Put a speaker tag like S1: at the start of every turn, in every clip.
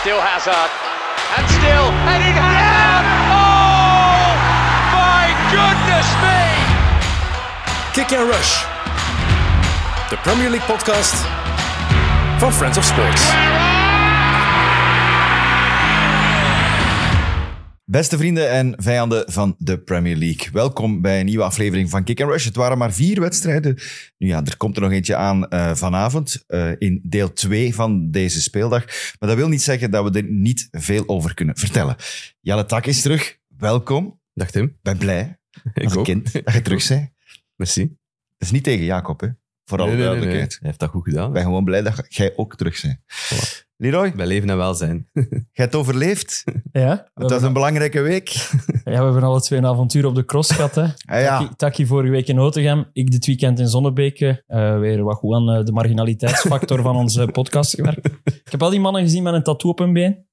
S1: Still Hazard. And still heading Hazard. Oh, my goodness me.
S2: Kick and Rush. De Premier League podcast van Friends of Sports.
S3: Beste vrienden en vijanden van de Premier League, welkom bij een nieuwe aflevering van Kick and Rush. Het waren maar vier wedstrijden. Nu ja, er komt er nog eentje aan eh, vanavond eh, in deel 2 van deze speeldag. Maar dat wil niet zeggen dat we er niet veel over kunnen vertellen. Jelle Tak is terug. Welkom.
S4: Dag Tim.
S3: Ben blij als
S4: Ik
S3: een
S4: ook.
S3: kind dat je terug bent.
S4: Merci.
S3: Dat is niet tegen Jacob, hè? voor alle
S4: Nee, nee, nee,
S3: duidelijkheid.
S4: nee. Hij heeft dat goed gedaan.
S3: Ik ben gewoon blij dat jij ook terug bent. Leroy,
S4: Bij leven en welzijn.
S3: jij hebt overleefd.
S5: Ja, we,
S3: Het was
S5: hebben,
S3: een belangrijke week.
S5: ja, we hebben alle twee een avontuur op de cross gehad. Hè.
S3: Ah, ja.
S5: Taki, Taki vorige week in Otegem, ik dit weekend in Zonnebeke. Eh, weer wat goed aan eh, de marginaliteitsfactor van onze podcast gewerkt. Ik heb al die mannen gezien met een tattoo op hun been.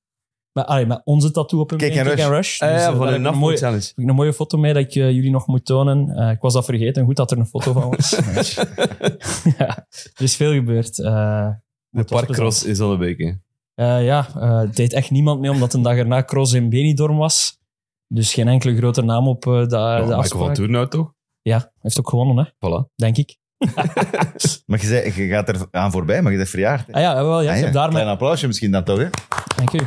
S5: Met, allee, met onze tattoo op hun
S3: Kick
S5: been.
S3: and Rush.
S5: Dus,
S4: Ah
S5: eh, daar heb ik een mooie,
S4: challenge.
S5: heb ik een mooie foto mee dat ik eh, jullie nog moet tonen. Eh, ik was dat vergeten. Goed dat er een foto van was. ja, er is veel gebeurd. Eh,
S4: De
S5: het was
S4: parkcross in Zonnebeke.
S5: eh, ja, eh, het deed echt niemand mee, omdat een dag erna Cross in Benidorm was. Dus geen enkele grote naam op eh, de,
S4: Ja,
S5: de
S4: Michael van
S5: afspraak.
S4: Toornhout toch?
S5: Ja, heeft ook gewonnen, hè?
S4: Voilà.
S5: denk ik.
S3: Maar je, zei, je gaat er aan voorbij, maar je bent verjaard. hè?
S5: Ah ja, wel, ja.
S3: Ah,
S5: ik
S3: ja.
S5: heb daar
S3: Klein
S5: mijn...
S3: applausje misschien dan toch, hè? Er
S5: Dank u.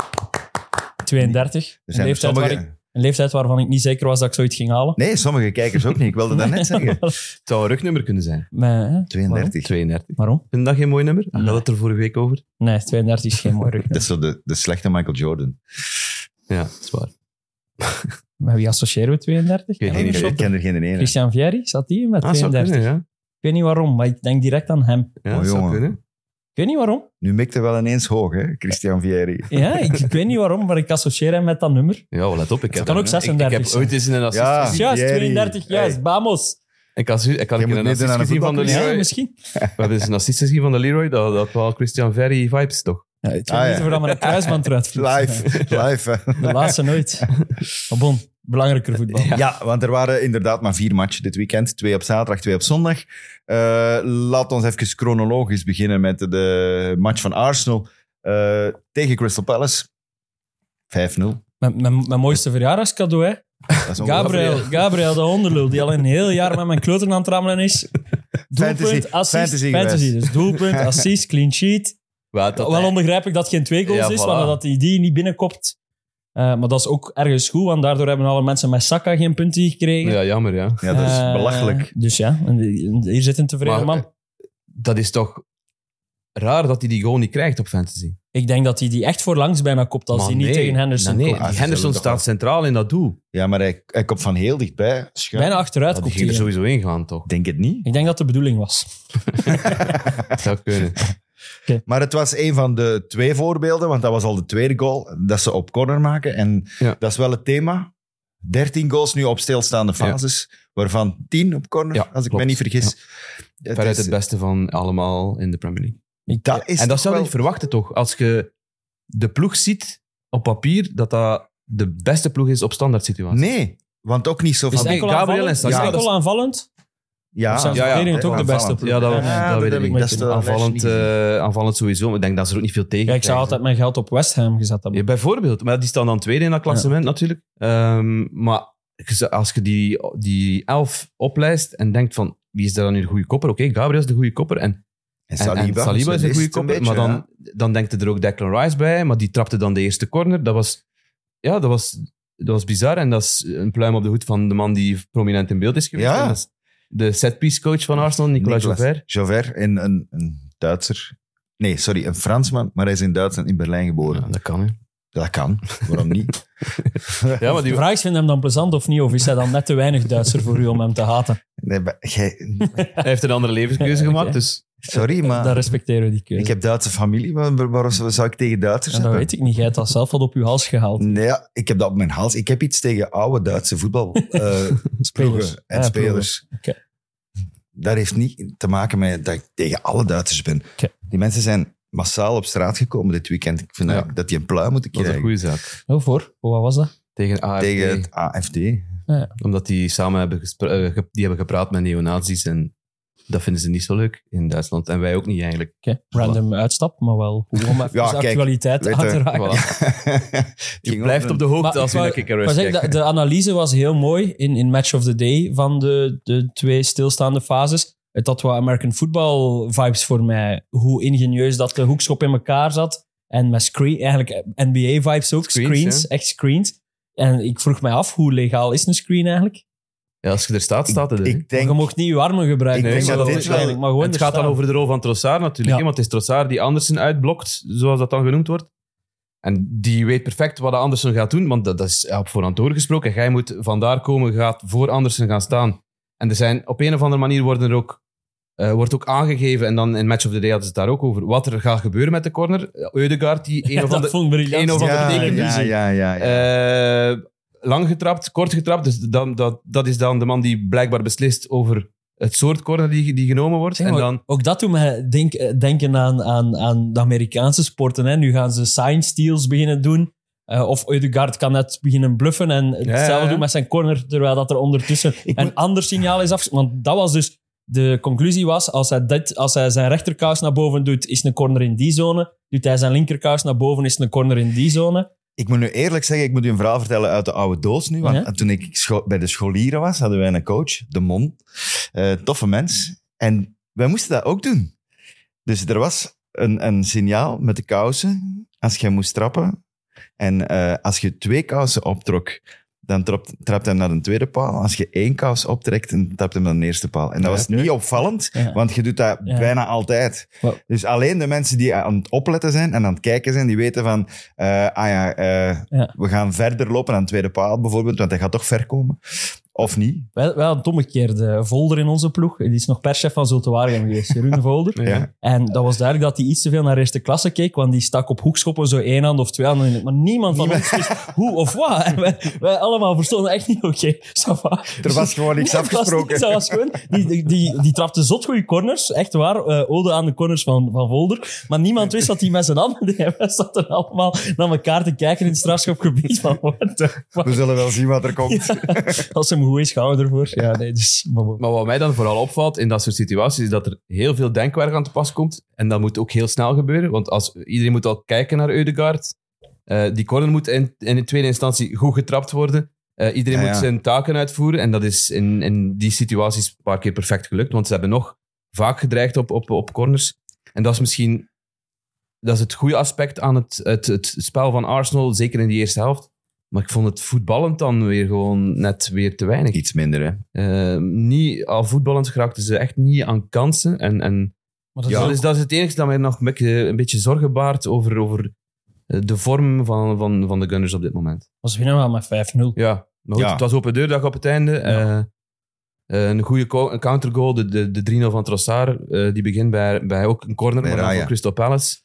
S5: 32.
S3: zijn er
S5: een, leeftijd waar
S3: sommige...
S5: ik, een leeftijd waarvan ik niet zeker was dat ik zoiets ging halen.
S3: Nee, sommige kijkers ook niet. Ik wilde dat net zeggen.
S4: Het zou een rugnummer kunnen zijn.
S5: Maar, hè,
S3: 32.
S4: 32.
S5: Waarom?
S4: Vind je dat geen mooi nummer? Had het er vorige week over?
S5: Nee, 32 is geen mooi rug.
S3: Dat is zo de, de slechte Michael Jordan.
S4: Ja, dat is waar.
S5: Maar wie associëren we 32?
S4: weet niet,
S5: Ken je
S3: Ik,
S5: die
S3: ik
S5: shot?
S3: ken er geen ene.
S5: Christian Vieri zat hier met
S4: Ah, zou
S5: 32.
S4: kunnen, ja.
S5: Ik weet niet waarom, maar ik denk direct aan hem.
S4: Ja,
S3: Oh, jongen.
S4: zou kunnen.
S5: Ik weet niet waarom.
S3: Nu mikte wel ineens hoog, hè? Christian Vieri.
S5: Ja, ik, ik weet niet waarom, maar ik associeer hem met dat nummer.
S4: Ja, wel, let op. Ik heb
S5: kan
S4: hem,
S5: ook
S4: hè. Ik- Ik,
S5: 36
S4: heb ooit eens een assist
S3: Ja.
S4: gezien.
S5: Juist,
S3: Vieri.
S5: 32, juist,
S3: Hey.
S5: vamos.
S4: Ik, kan ik had
S3: Je
S4: een keer
S3: moet
S4: een
S3: meedoen
S4: assist
S3: aan een
S4: gezien van de
S3: voetbalquiz.
S4: Leroy.
S5: Ja, misschien.
S4: We hebben eens een assist gezien van de Leroy. Dat dat had wel Christian Verri vibes, toch?
S5: Ja, het
S3: Ah,
S5: gaat niet
S3: ja.
S5: over dat maar een kruisband eruit vliegt.
S3: Live. Live. hè.
S5: De laatste nooit. Maar bon, belangrijker voetbal.
S3: Ja. want er waren inderdaad maar vier matchen dit weekend. Twee op zaterdag, twee op zondag. Eh, laat ons even chronologisch beginnen met de match van Arsenal eh, tegen Crystal Palace. 5-0.
S5: Mijn, mijn, mijn mooiste verjaardagscadeau, hè.
S3: Dat is ongelooflijk.
S5: Gabriel, Gabriel de hondenlul, die al een heel jaar met mijn kloten aan het rammelen is. Doelpunt,
S3: Fantasy-
S5: assist,
S3: fantasy
S5: fantasy.
S3: geweest.
S5: dus doelpunt, assist, clean sheet.
S4: Wel, dat-
S5: Wel onbegrijp ik dat het geen twee goals
S4: Ja,
S5: is,
S4: voilà.
S5: maar dat hij die niet binnenkopt. Eh, maar dat is ook ergens goed, want daardoor hebben alle mensen met Saka geen punten gekregen.
S4: Ja, jammer, ja.
S3: Ja, dat is
S5: Eh,
S3: belachelijk. eh,
S5: Dus ja, en hier zit een tevreden
S4: Maar,
S5: man.
S4: dat is toch raar dat hij die goal niet krijgt op fantasy.
S5: Ik denk dat hij die echt voorlangs bijna kopt als
S4: Maar
S5: hij niet
S4: nee.
S5: tegen Henderson
S4: Nee,
S5: komt.
S4: nee,
S3: komt.
S4: die Henderson
S3: Ah,
S4: staat centraal in dat doel.
S3: Ja, maar hij, hij komt van heel dichtbij. Schuin.
S5: Bijna achteruit
S4: Dat die
S5: komt
S4: ging er
S5: hij.
S4: sowieso in gaan, toch?
S3: Ik denk het niet.
S5: Ik denk dat de bedoeling was.
S4: Dat zou kunnen.
S3: Maar het was een van de twee voorbeelden, want dat was al de tweede goal dat ze op corner maken. En
S4: Ja.
S3: dat is wel het thema. 13 goals nu op stilstaande fases, waarvan 10 op corner,
S4: Ja,
S3: als ik
S4: klopt.
S3: me niet vergis. Het is-
S4: Veruit het beste van allemaal in de Premier League.
S5: Ik,
S3: dat is
S4: en dat
S3: toch
S4: zou je
S3: wel-
S4: niet verwachten, toch? Als je de ploeg ziet op papier, dat dat de beste ploeg is op standaard situaties.
S3: Nee, want ook niet zo
S5: is
S3: van...
S5: het enkel
S4: Gabriel
S5: aanvallend?
S4: en
S5: Is
S4: Saka.
S5: het
S3: Ja,
S5: enkel
S4: dat is-
S5: aanvallend?
S3: ja,
S5: Of zijn ze
S4: ja, ja,
S5: verdedigend ook de beste
S3: aanvallend.
S5: ploeg?
S4: Ja, dat,
S3: Ja,
S4: dat
S3: dat
S4: weet
S3: heb
S4: ik
S3: ik-
S4: niet.
S3: dat is de-
S4: aanvallend,
S3: dat is niet
S4: eh, aanvallend sowieso, maar ik denk dat ze er ook niet veel tegen
S5: Ja, ik zou
S4: krijgen.
S5: altijd mijn geld op West Ham gezet hebben.
S4: Ja, bijvoorbeeld. Maar die staan dan tweede in dat klassement natuurlijk. Ehm, maar je zou- als je die, die elf oplijst en denkt van wie is daar dan nu de goede kopper? Oké, Gabriel is de goede kopper. En,
S3: En
S4: en- en
S3: Saliba,
S4: Saliba is de goede
S3: specialist een
S4: kopper.
S3: beetje,
S4: maar
S3: ja.
S4: dan, dan denkt er ook Declan Rice bij. Maar die trapte dan de eerste corner. Dat was, ja, dat was, dat was bizar. En dat is een pluim op de hoed van de man die prominent in beeld is geweest.
S3: Ja.
S4: En dat is de setpiece coach van Arsenal, Nicolas
S3: Nicolas
S4: Joubert.
S3: Javert, en een, een Duitser. Nee, sorry, een Fransman, maar hij is in Duitsland, in Berlijn geboren.
S4: Ja, dat kan, hè.
S3: Dat kan, waarom niet?
S4: Ja, maar
S5: De
S4: die,
S5: vraag is, vindt hem dan plezant of niet? Of is hij dan net te weinig Duitser voor u om hem te haten?
S3: Nee, maar jij-
S4: hij heeft een andere levenskeuze
S5: Oké.
S4: gemaakt, dus...
S3: sorry, maar...
S5: Daar respecteren we die keuze.
S3: Ik heb Duitse familie, waar- waar- waarom zou ik tegen Duitsers
S5: En dat
S3: hebben?
S5: weet ik niet. Jij hebt dat zelf wat op uw hals gehaald.
S3: Nee, ja, ik heb dat op mijn hals. Ik heb iets tegen oude Duitse voetbalploegen
S5: Spelers.
S3: en
S5: Ja,
S3: spelers.
S5: Oké.
S3: Dat heeft niet te maken met dat ik tegen alle Duitsers ben.
S5: Oké.
S3: Die mensen zijn massaal op straat gekomen dit weekend. Ik vind
S4: Ja.
S3: dat- dat die een pluim moeten
S4: Dat is een
S3: krijgen
S4: goede zaak.
S5: Oh, voor? Oh, wat was dat?
S4: Tegen AFC.
S3: tegen het AFD.
S4: Omdat die samen hebben, gespro- eh, ge- die hebben gepraat met neonazis en Dat vinden ze niet zo leuk in Duitsland. En wij ook niet eigenlijk.
S5: Oké, Random uitstap, maar wel goed om even
S3: Ja,
S5: de
S3: kijk,
S5: actualiteit
S3: weet
S5: aan
S3: je,
S5: te raken.
S4: Voilà. Je
S3: Ging
S4: blijft op de hoogte als
S5: Maar
S4: je
S5: ik
S4: naar
S5: wou-
S4: Kick and
S5: Maar
S4: Rush
S5: zeg, de,
S4: kijkt.
S5: de analyse was heel mooi in, in Match of the Day van de, de twee stilstaande fases. Het had wat American football vibes voor mij. Hoe ingenieus dat de hoekschop in elkaar zat. En met screen, eigenlijk NBA vibes ook.
S4: Screens,
S5: Screens, echt screens. En ik vroeg mij af, hoe legaal is een screen eigenlijk?
S4: Ja, als je er staat, staat het er.
S3: Ik denk...
S5: Je mocht niet je armen gebruiken.
S3: Ik
S5: hè,
S4: denk
S5: maar
S4: dat
S5: dat
S4: dit
S5: is
S3: wel-
S5: eigenlijk- maar gewoon
S4: het
S5: er
S4: gaat dan
S5: staan.
S4: over de rol van Trossard natuurlijk.
S5: Ja.
S4: hè, Want het is Trossard die Andersen uitblokt, zoals dat dan genoemd wordt. En die weet perfect wat Andersen gaat doen, want dat, dat is ja, op voorhand doorgesproken. Jij moet vandaar komen, gaat voor Andersen gaan staan. En er zijn, op een of andere manier worden er ook, eh, wordt ook aangegeven, en dan in Match of the Day hadden ze het daar ook over, wat er gaat gebeuren met de corner. Eudegaard, die een
S5: Ja,
S4: of andere...
S5: dat vond ik briljant.
S4: een of andere
S3: ja,
S4: betekenis.
S3: ja, ja, ja, ja.
S4: Eh, lang getrapt, kort getrapt. Dus dan, dat, dat is dan de man die blijkbaar beslist over het soort corner die, die genomen wordt.
S5: Zeg
S4: en
S5: maar,
S4: dan,
S5: Ook dat doet me denk- eh, denken aan, aan, aan de Amerikaanse sporten. Hè. Nu gaan ze sign steals beginnen doen. Eh, of Eudegaard kan net beginnen bluffen en hetzelfde
S4: ja, ja.
S5: doen met zijn corner, terwijl dat er ondertussen een ander signaal is af. Want dat was dus... De conclusie was, als hij, dit, als hij zijn rechterkous naar boven doet, is een corner in die zone. Doet hij zijn linkerkous naar boven, is een corner in die zone.
S3: Ik moet nu eerlijk zeggen, ik moet u een verhaal vertellen uit de oude doos nu. Want
S5: Ja.
S3: toen ik scho- bij de scholieren was, hadden wij een coach, de Mon. Eh, toffe mens. En wij moesten dat ook doen. Dus er was een, een signaal met de kousen als jij moest trappen. En eh, als je twee kousen optrok, dan trapt, trapt hem naar een tweede paal. Als je één kous optrekt, dan trapt hem naar een eerste paal. En dat was niet opvallend,
S5: Ja.
S3: want je doet dat
S5: Ja.
S3: bijna altijd.
S5: Wow.
S3: Dus alleen de mensen die aan het opletten zijn en aan het kijken zijn, die weten van... eh, ah ja, eh,
S5: Ja.
S3: we gaan verder lopen aan de tweede paal bijvoorbeeld, want hij gaat toch ver komen. Of niet.
S5: Wel, wel het omgekeerde. Volder in onze ploeg, die is nog perschef van Zultewaardigem geweest, Jeroen Volder.
S3: Ja.
S5: En dat was duidelijk dat hij iets te veel naar eerste klasse keek, want die stak op hoekschoppen zo één hand of twee handen. in. Maar niemand van ons wist hoe of wat. En wij, wij allemaal verstonden echt niet, oké, ça va.
S3: Er was gewoon niks
S5: Nee, dat was
S3: afgesproken.
S5: niks, Dat was gewoon, die, die, die, die trapte zot goede corners, echt waar. eh, ode aan de corners van, van Volder. Maar niemand wist dat hij met zijn handen deed. En Wij zaten allemaal naar elkaar te kijken in het strafschopgebied van what the fuck?
S3: We zullen wel zien wat er komt.
S5: Als hem goed is, gaan we ervoor. Ja, nee, dus... maar bon.
S4: Maar wat mij dan vooral opvalt in dat soort situaties, is dat er heel veel denkwerk aan te pas komt. En dat moet ook heel snel gebeuren. Want als, iedereen moet al kijken naar Eudegaard. Eh, die corner moet in, in de tweede instantie goed getrapt worden. Eh, iedereen
S3: Ja,
S4: moet
S3: ja.
S4: zijn taken uitvoeren. En dat is in, in die situaties een paar keer perfect gelukt. Want ze hebben nog vaak gedreigd op, op, op corners. En dat is misschien dat is het goede aspect aan het, het, het spel van Arsenal. Zeker in die eerste helft. Maar ik vond het voetballend dan weer gewoon net weer te weinig.
S3: Iets minder, hè.
S4: Eh, niet, al voetballend geraakten ze echt niet aan kansen. En, en
S5: Maar dat
S4: ja,
S5: is
S4: dat,
S5: ook-
S4: is, dat is het enige dat mij nog een beetje, een beetje zorgen baart over, over eh, de vorm van, van, van de Gunners op dit moment.
S5: was winnen wel met 5-0.
S4: Ja, maar goed,
S3: Ja.
S4: het was open deurdag op het einde. Eh, een goede co- een countergoal, de, de, de 3-0 van Trossard. eh, die begint bij, bij ook een corner,
S3: Bij
S4: maar dan
S3: Raya.
S4: voor Crystal Palace.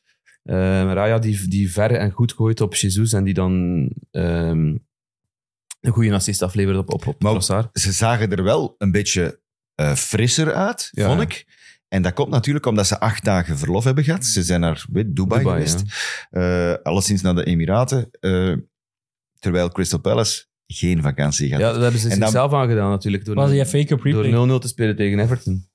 S4: Eh, Raya die, die ver en goed gooit op Jesus en die dan ehm, een goede assist aflevert op, op, op
S3: Maar-
S4: Trossard.
S3: Ze zagen er wel een beetje eh, frisser uit,
S4: Ja.
S3: vond ik. En dat komt natuurlijk omdat ze acht dagen verlof hebben gehad. Ze zijn naar weet, Dubai,
S4: Dubai,
S3: geweest. Eh, alleszins naar de Emiraten. eh, terwijl Crystal Palace geen vakantie gaat.
S4: Ja, dat hebben ze
S3: En dan-
S4: zichzelf aangedaan natuurlijk. Door,
S5: Was die FA Cup replay?
S4: door 0-0 te spelen tegen Everton.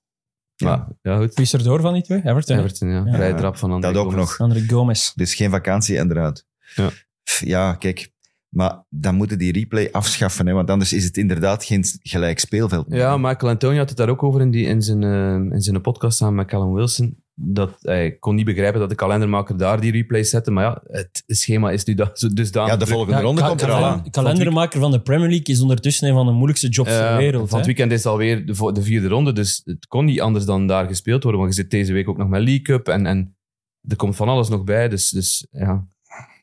S3: Ja.
S4: Maar, ja goed.
S5: Wie is er door van die twee? Everton. hè?
S4: Everton, ja.
S5: Ja.
S4: Vrije trap van André
S3: Dat ook
S4: Gomez.
S3: nog.
S5: André Gomez.
S3: Dus geen vakantie en eruit.
S4: Ja.
S3: Pff, Ja, kijk. Maar dan moeten die replay afschaffen, hè, want anders is het inderdaad geen s- gelijk speelveld. meer.
S4: Ja, Michael Antonio had het daar ook over in, die, in, zijn, eh, in zijn podcast samen met Callum Wilson. Dat hij kon niet begrijpen dat de kalendermaker daar die replays zette. Maar ja, het schema is nu da zo- dusdanig.
S3: ja de
S4: druk.
S3: volgende ronde
S5: ka-
S3: komt er al
S5: kalen-
S3: aan.
S5: Kalendermaker van de Premier League is ondertussen een van de moeilijkste jobs
S4: Eh,
S5: ter wereld.
S4: van het
S5: hè.
S4: weekend is het alweer de, vo- de vierde ronde, dus het kon niet anders dan daar gespeeld worden. Want je zit deze week ook nog met League Cup en, en er komt van alles nog bij. Dus, dus ja, ze hebben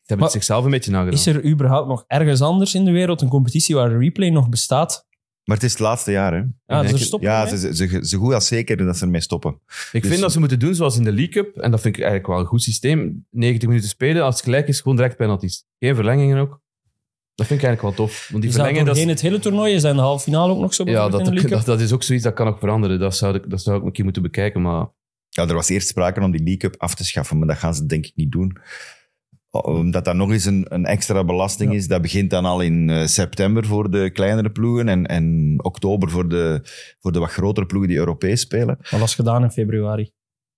S5: Maar-
S4: het zichzelf een beetje nagedaan.
S5: Is er überhaupt nog ergens anders in de wereld een competitie waar replay nog bestaat?
S3: Maar het is het laatste jaar, hè.
S5: Ja, dus
S4: Ik-
S5: er stopt
S3: Ja,
S5: mee.
S3: ze, ze, ze, ze goed als zeker dat ze ermee stoppen.
S4: Ik
S3: Dus-
S4: vind dat ze moeten doen zoals in de League Cup. En dat vind ik eigenlijk wel een goed systeem. 90 minuten spelen, als het gelijk is, gewoon direct penalties. Geen verlengingen ook. Dat vind ik eigenlijk wel tof. Want die
S5: is dat
S4: verlengingen, dat,
S5: doorheen
S4: is-
S5: het hele toernooi? Is dat in de halve finale ook nog zo?
S4: ja,
S5: bijvoorbeeld
S4: dat,
S5: in de League
S4: dat,
S5: Cup?
S4: dat is ook zoiets dat kan ook veranderen. Dat zou ik, dat zou ik een keer moeten bekijken. Maar
S3: Ja, er was eerst sprake om die League Cup af te schaffen, maar dat gaan ze denk ik niet doen. Oh, Omdat dat nog eens een, een extra belasting is. Dat begint dan al in eh, september voor de kleinere ploegen en, en oktober voor de, voor de wat grotere ploegen die Europees spelen.
S5: Al was gedaan in februari.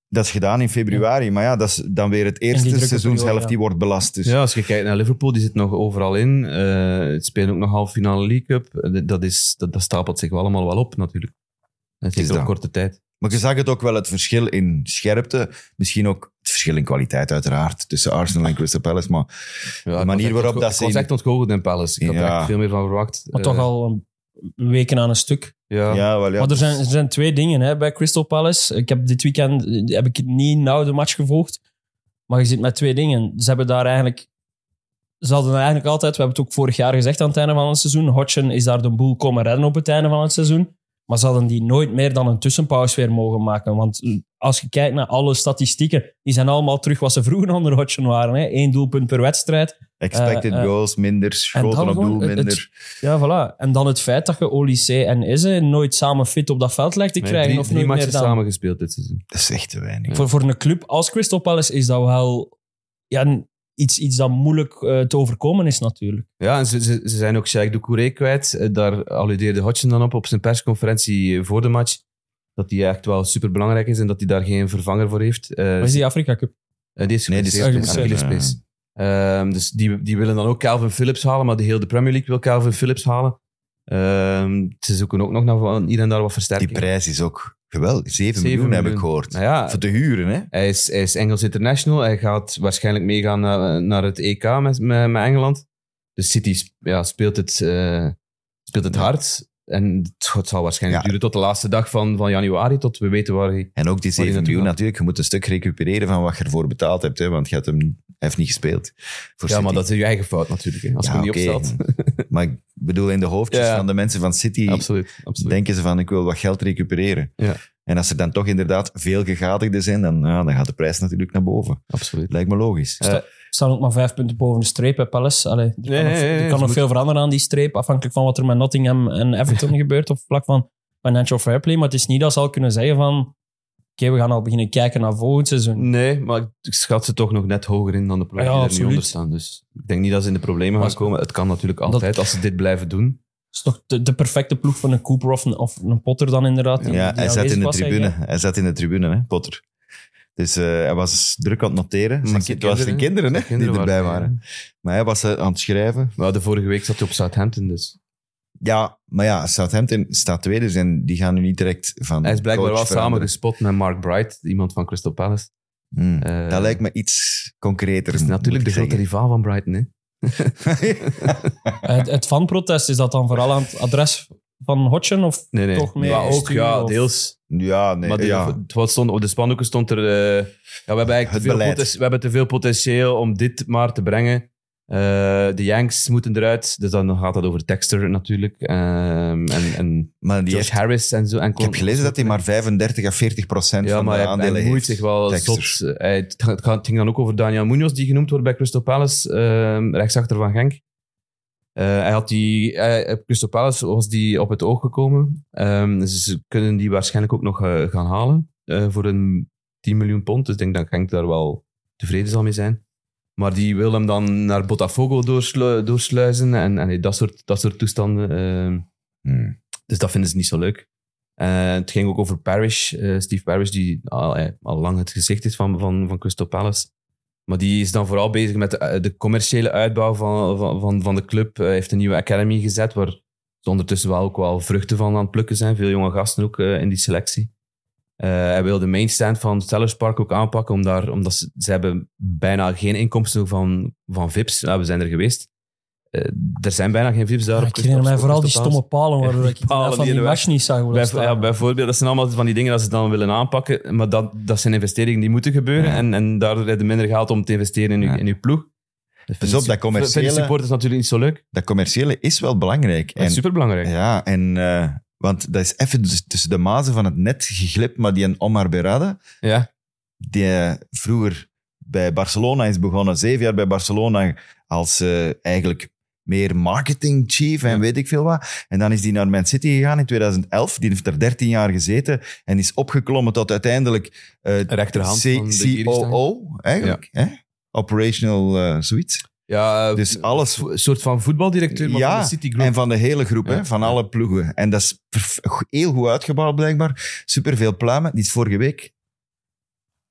S3: Dat is gedaan in februari, maar ja, dat is dan weer het
S5: drukke
S3: eerste
S5: periode,
S3: seizoenshelft
S5: ja.
S3: die wordt belast. Dus
S4: Ja, als je kijkt naar Liverpool, die zit nog overal in. Eh het spelen ook nog halve finale League Cup. Eh, Dat, is, dat, dat stapelt zich wel allemaal wel op, natuurlijk. En
S3: is
S4: zeker op
S3: dat.
S4: korte tijd.
S3: Maar je zag het ook wel, het verschil in scherpte. Misschien ook het verschil in kwaliteit, uiteraard, tussen Arsenal en Crystal Palace. Maar
S4: Ja,
S3: manier
S4: ik was echt
S3: waarop
S4: ontgo-
S3: dat
S4: Ik
S3: ze
S4: was
S3: in-
S4: echt ontgoocheld in Palace. Ik had
S3: Ja.
S4: er echt veel meer van verwacht.
S5: Maar
S4: Eh,
S5: toch al een- weken aan een stuk.
S4: Ja.
S3: ja, wel, ja.
S5: maar dus, er zijn, er zijn twee dingen hè, bij Crystal Palace. Ik heb dit weekend eh, heb ik niet nauw de match gevolgd. Maar je zit met twee dingen. Ze hebben daar eigenlijk... Ze hadden eigenlijk altijd... We hebben het ook vorig jaar gezegd aan het einde van het seizoen. Hodgson is daar de boel komen redden op het einde van het seizoen. Maar ze hadden die nooit meer dan een tussenpauze weer mogen maken. Want eh, als je kijkt naar alle statistieken, die zijn allemaal terug wat ze vroeger onder Hodgson waren. Hè. Eén doelpunt per wedstrijd.
S3: Expected
S5: eh, eh.
S3: goals minder,
S5: dan
S3: schoten op doel
S5: gewoon het-
S3: minder.
S5: Ja, voilà. En dan het feit dat je Olysee en Eze nooit samen fit op dat veld lijkt te
S4: Nee,
S5: krijgen.
S4: drie,
S5: of
S4: drie
S5: nooit meer
S4: matchen
S5: dan.
S4: samen gespeeld dit seizoen.
S3: Dat is echt te weinig.
S5: Voor, voor een club als Crystal Palace is dat wel ja, een- iets, iets dat moeilijk eh, te overkomen is natuurlijk.
S4: Ja, en ze, ze, ze zijn ook Sheikh Doucouré kwijt. Eh, Daar alludeerde Hodgson dan op op zijn persconferentie eh, voor de match. Dat die echt wel superbelangrijk is en dat hij daar geen vervanger voor heeft. Eh,
S5: Wat is die Afrika Cup?
S4: Eh, die is
S3: Nee, die is
S4: geblesseerd,
S5: geblesseerd,
S4: Achillespees.
S3: ja.
S4: Ehm, dus die, die willen dan ook Calvin Phillips halen, maar de hele de Premier League wil Calvin Phillips halen. Ehm, ze zoeken ook nog naar van hier en daar wat
S3: Die
S4: versterking.
S3: prijs is ook geweldig. 7,
S4: Zeven
S3: miljoen, heb ik
S4: miljoen.
S3: gehoord.
S4: Nou ja,
S3: Voor te huren, hè?
S4: hij is, hij is Engels international. Hij gaat waarschijnlijk meegaan naar, naar het EK met, met, met Engeland. Dus City sp- ja, speelt, het, eh, speelt het hard. En het, het zal waarschijnlijk
S3: Ja.
S4: duren tot de laatste dag van, van januari, tot we weten waar hij...
S3: En ook die 7
S4: Waar die naartoe
S3: miljoen
S4: gaat.
S3: natuurlijk. Je moet een stuk recupereren van wat je ervoor betaald hebt, hè? want je hebt hem, hij heeft niet gespeeld. Voor
S4: Ja,
S3: City.
S4: maar dat is je eigen fout natuurlijk, hè, als je
S3: Ja,
S4: hem niet
S3: oké.
S4: opstelt.
S3: maar ik bedoel, in de hoofdjes
S4: Ja.
S3: van de mensen van City
S4: Absoluut, absoluut.
S3: denken ze van, ik wil wat geld recupereren.
S4: Ja.
S3: En als er dan toch inderdaad veel gegadigden zijn, dan, ja, dan gaat de prijs natuurlijk naar boven.
S4: absoluut.
S3: Lijkt me logisch.
S5: Sta- staan ook maar vijf punten boven de streep bij Palace. Allee, er kan
S4: Nee,
S5: nog,
S4: nee, nee,
S5: er
S4: nee,
S5: kan
S4: ze
S5: nog veel
S4: moeten-
S5: veranderen aan die streep, afhankelijk van wat er met Nottingham en Everton gebeurt op vlak van financial fair play. Maar het is niet dat ze al kunnen zeggen van oké, we gaan al beginnen kijken naar volgend seizoen.
S4: Nee, maar ik- ik schat ze toch nog net hoger in dan de ploegen
S5: Ja,
S4: die er
S5: absoluut.
S4: nu onder staan. Dus ik denk niet dat ze in de problemen
S5: Maar
S4: gaan komen. Het kan natuurlijk
S5: dat-
S4: altijd, als ze dit blijven doen.
S5: Het is toch de, de perfecte ploeg van een Cooper of een, of een Potter dan inderdaad. die-
S3: Ja,
S5: die
S3: hij zat
S5: aanwezig
S3: in de
S5: was, zeg
S3: tribune.
S5: jij.
S3: Hij zat in de tribune, hè, Potter. Dus eh, hij was druk aan het noteren. Zijn
S4: Maar
S3: kind- het was zijn kinderen, hè,
S4: zijn kinderen
S3: die erbij waren. Maar hij was eh, aan het schrijven.
S4: Maar de vorige week zat hij op Southampton, dus.
S3: Ja, maar ja, Southampton staat tweede dus en die gaan nu niet direct van
S4: Hij is blijkbaar
S3: coach
S4: wel samen
S3: veranderen.
S4: gespot met Mark Bright, iemand van Crystal Palace.
S3: Hmm,
S4: Eh,
S3: dat lijkt me iets concreter.
S4: Dat is natuurlijk de
S3: moet ik
S4: grote rivaal van Brighton, hè.
S3: zeggen.
S5: Het, het fanprotest, is dat dan vooral aan het adres van Hodgson? Of
S4: Nee, nee.
S5: Toch meer
S4: maar ook,
S5: sturen,
S4: ja,
S5: of-
S4: deels.
S3: ja, nee.
S4: maar de,
S3: ja.
S4: het was stond, op de spandoeken stond er... eh, ja, we, hebben eigenlijk
S3: Het
S4: te veel
S3: beleid.
S4: poten- we hebben te veel potentieel om dit maar te brengen. Eh, de Yanks moeten eruit. Dus dan gaat dat over Texter natuurlijk. Ehm, en, en
S3: Maar die
S4: Josh
S3: heeft-
S4: Harris en zo. En
S3: ik heb gelezen dat hij maar 35 à 40 procent
S4: ja,
S3: van
S4: maar
S3: de
S4: hij, hij
S3: aandelen
S4: moeit
S3: heeft.
S4: zich wel
S3: Texter.
S4: zot. Hij, het, gaat- het gaat- het ging dan ook over Daniel Munoz, die genoemd wordt bij Crystal Palace, ehm, rechtsachter van Genk. Eh, hij had die, hij- op Crystal Palace was die op het oog gekomen. Ehm, dus ze kunnen die waarschijnlijk ook nog eh, gaan halen eh, voor een 10 miljoen pond. Dus ik denk dat Genk daar wel tevreden zal mee zijn. Maar die wil hem dan naar Botafogo doorslu- doorsluizen en, en dat, soort, dat soort toestanden. ehm.
S3: Hmm.
S4: Dus dat vinden ze niet zo leuk. Eh, het ging ook over Parrish, eh, Steve Parrish, die al, eh, al lang het gezicht is van, van, van Crystal Palace. Maar die is dan vooral bezig met de, eh, de commerciële uitbouw van, van, van, van de club. Hij heeft een nieuwe academy gezet, waar ze ondertussen wel ook wel vruchten van aan het plukken zijn. Veel jonge gasten ook eh, in die selectie. Eh, hij wil de mainstand van Sellers Park ook aanpakken, om daar, omdat ze, ze hebben bijna geen inkomsten van, van VIP's. Nou, we zijn er geweest. Eh, er zijn bijna geen VIP's daar. op
S5: ik herinner
S4: Crystal-
S5: mij
S4: op
S5: vooral die
S4: Crystal Palace.
S5: stomme palen
S4: Ja,
S5: waardoor
S4: die
S5: ik die
S4: palen
S5: van
S4: die
S5: die
S4: er
S5: match niet zag. hoe dat
S4: Bij,
S5: staat.
S4: ja, bijvoorbeeld, dat zijn allemaal van die dingen dat ze dan willen aanpakken. Maar dat, dat zijn investeringen die moeten gebeuren.
S3: Ja.
S4: En, en daardoor heb je minder geld om te investeren in je,
S3: Ja.
S4: in je ploeg.
S3: Pas op, dat commerciële-
S4: Vinden supporters natuurlijk niet zo leuk.
S3: Dat commerciële is wel belangrijk.
S4: Dat
S3: En-
S4: is superbelangrijk.
S3: Ja, en, eh, want dat is even dus- tussen de mazen van het net geglipt, maar die een Omar Berada,
S4: Ja.
S3: die eh, vroeger bij Barcelona is begonnen, zeven jaar bij Barcelona, als eh, eigenlijk meer marketing chief en
S4: Ja.
S3: weet ik veel wat. En dan is die naar Man City gegaan in 2011. Die heeft er 13 jaar gezeten en is opgeklommen tot uiteindelijk eh
S4: Rechterhand van de Gierstein.
S3: COO, eigenlijk. Hè? operational eh, zoiets.
S4: Ja, eh,
S3: Dus alles.
S4: een soort van voetbaldirecteur maar
S3: Ja,
S4: van de Citigroup.
S3: En van de hele groep,
S4: Ja.
S3: hè, van alle ploegen. En dat is perf- heel goed uitgebouwd, blijkbaar. Superveel pluimen. Die is vorige week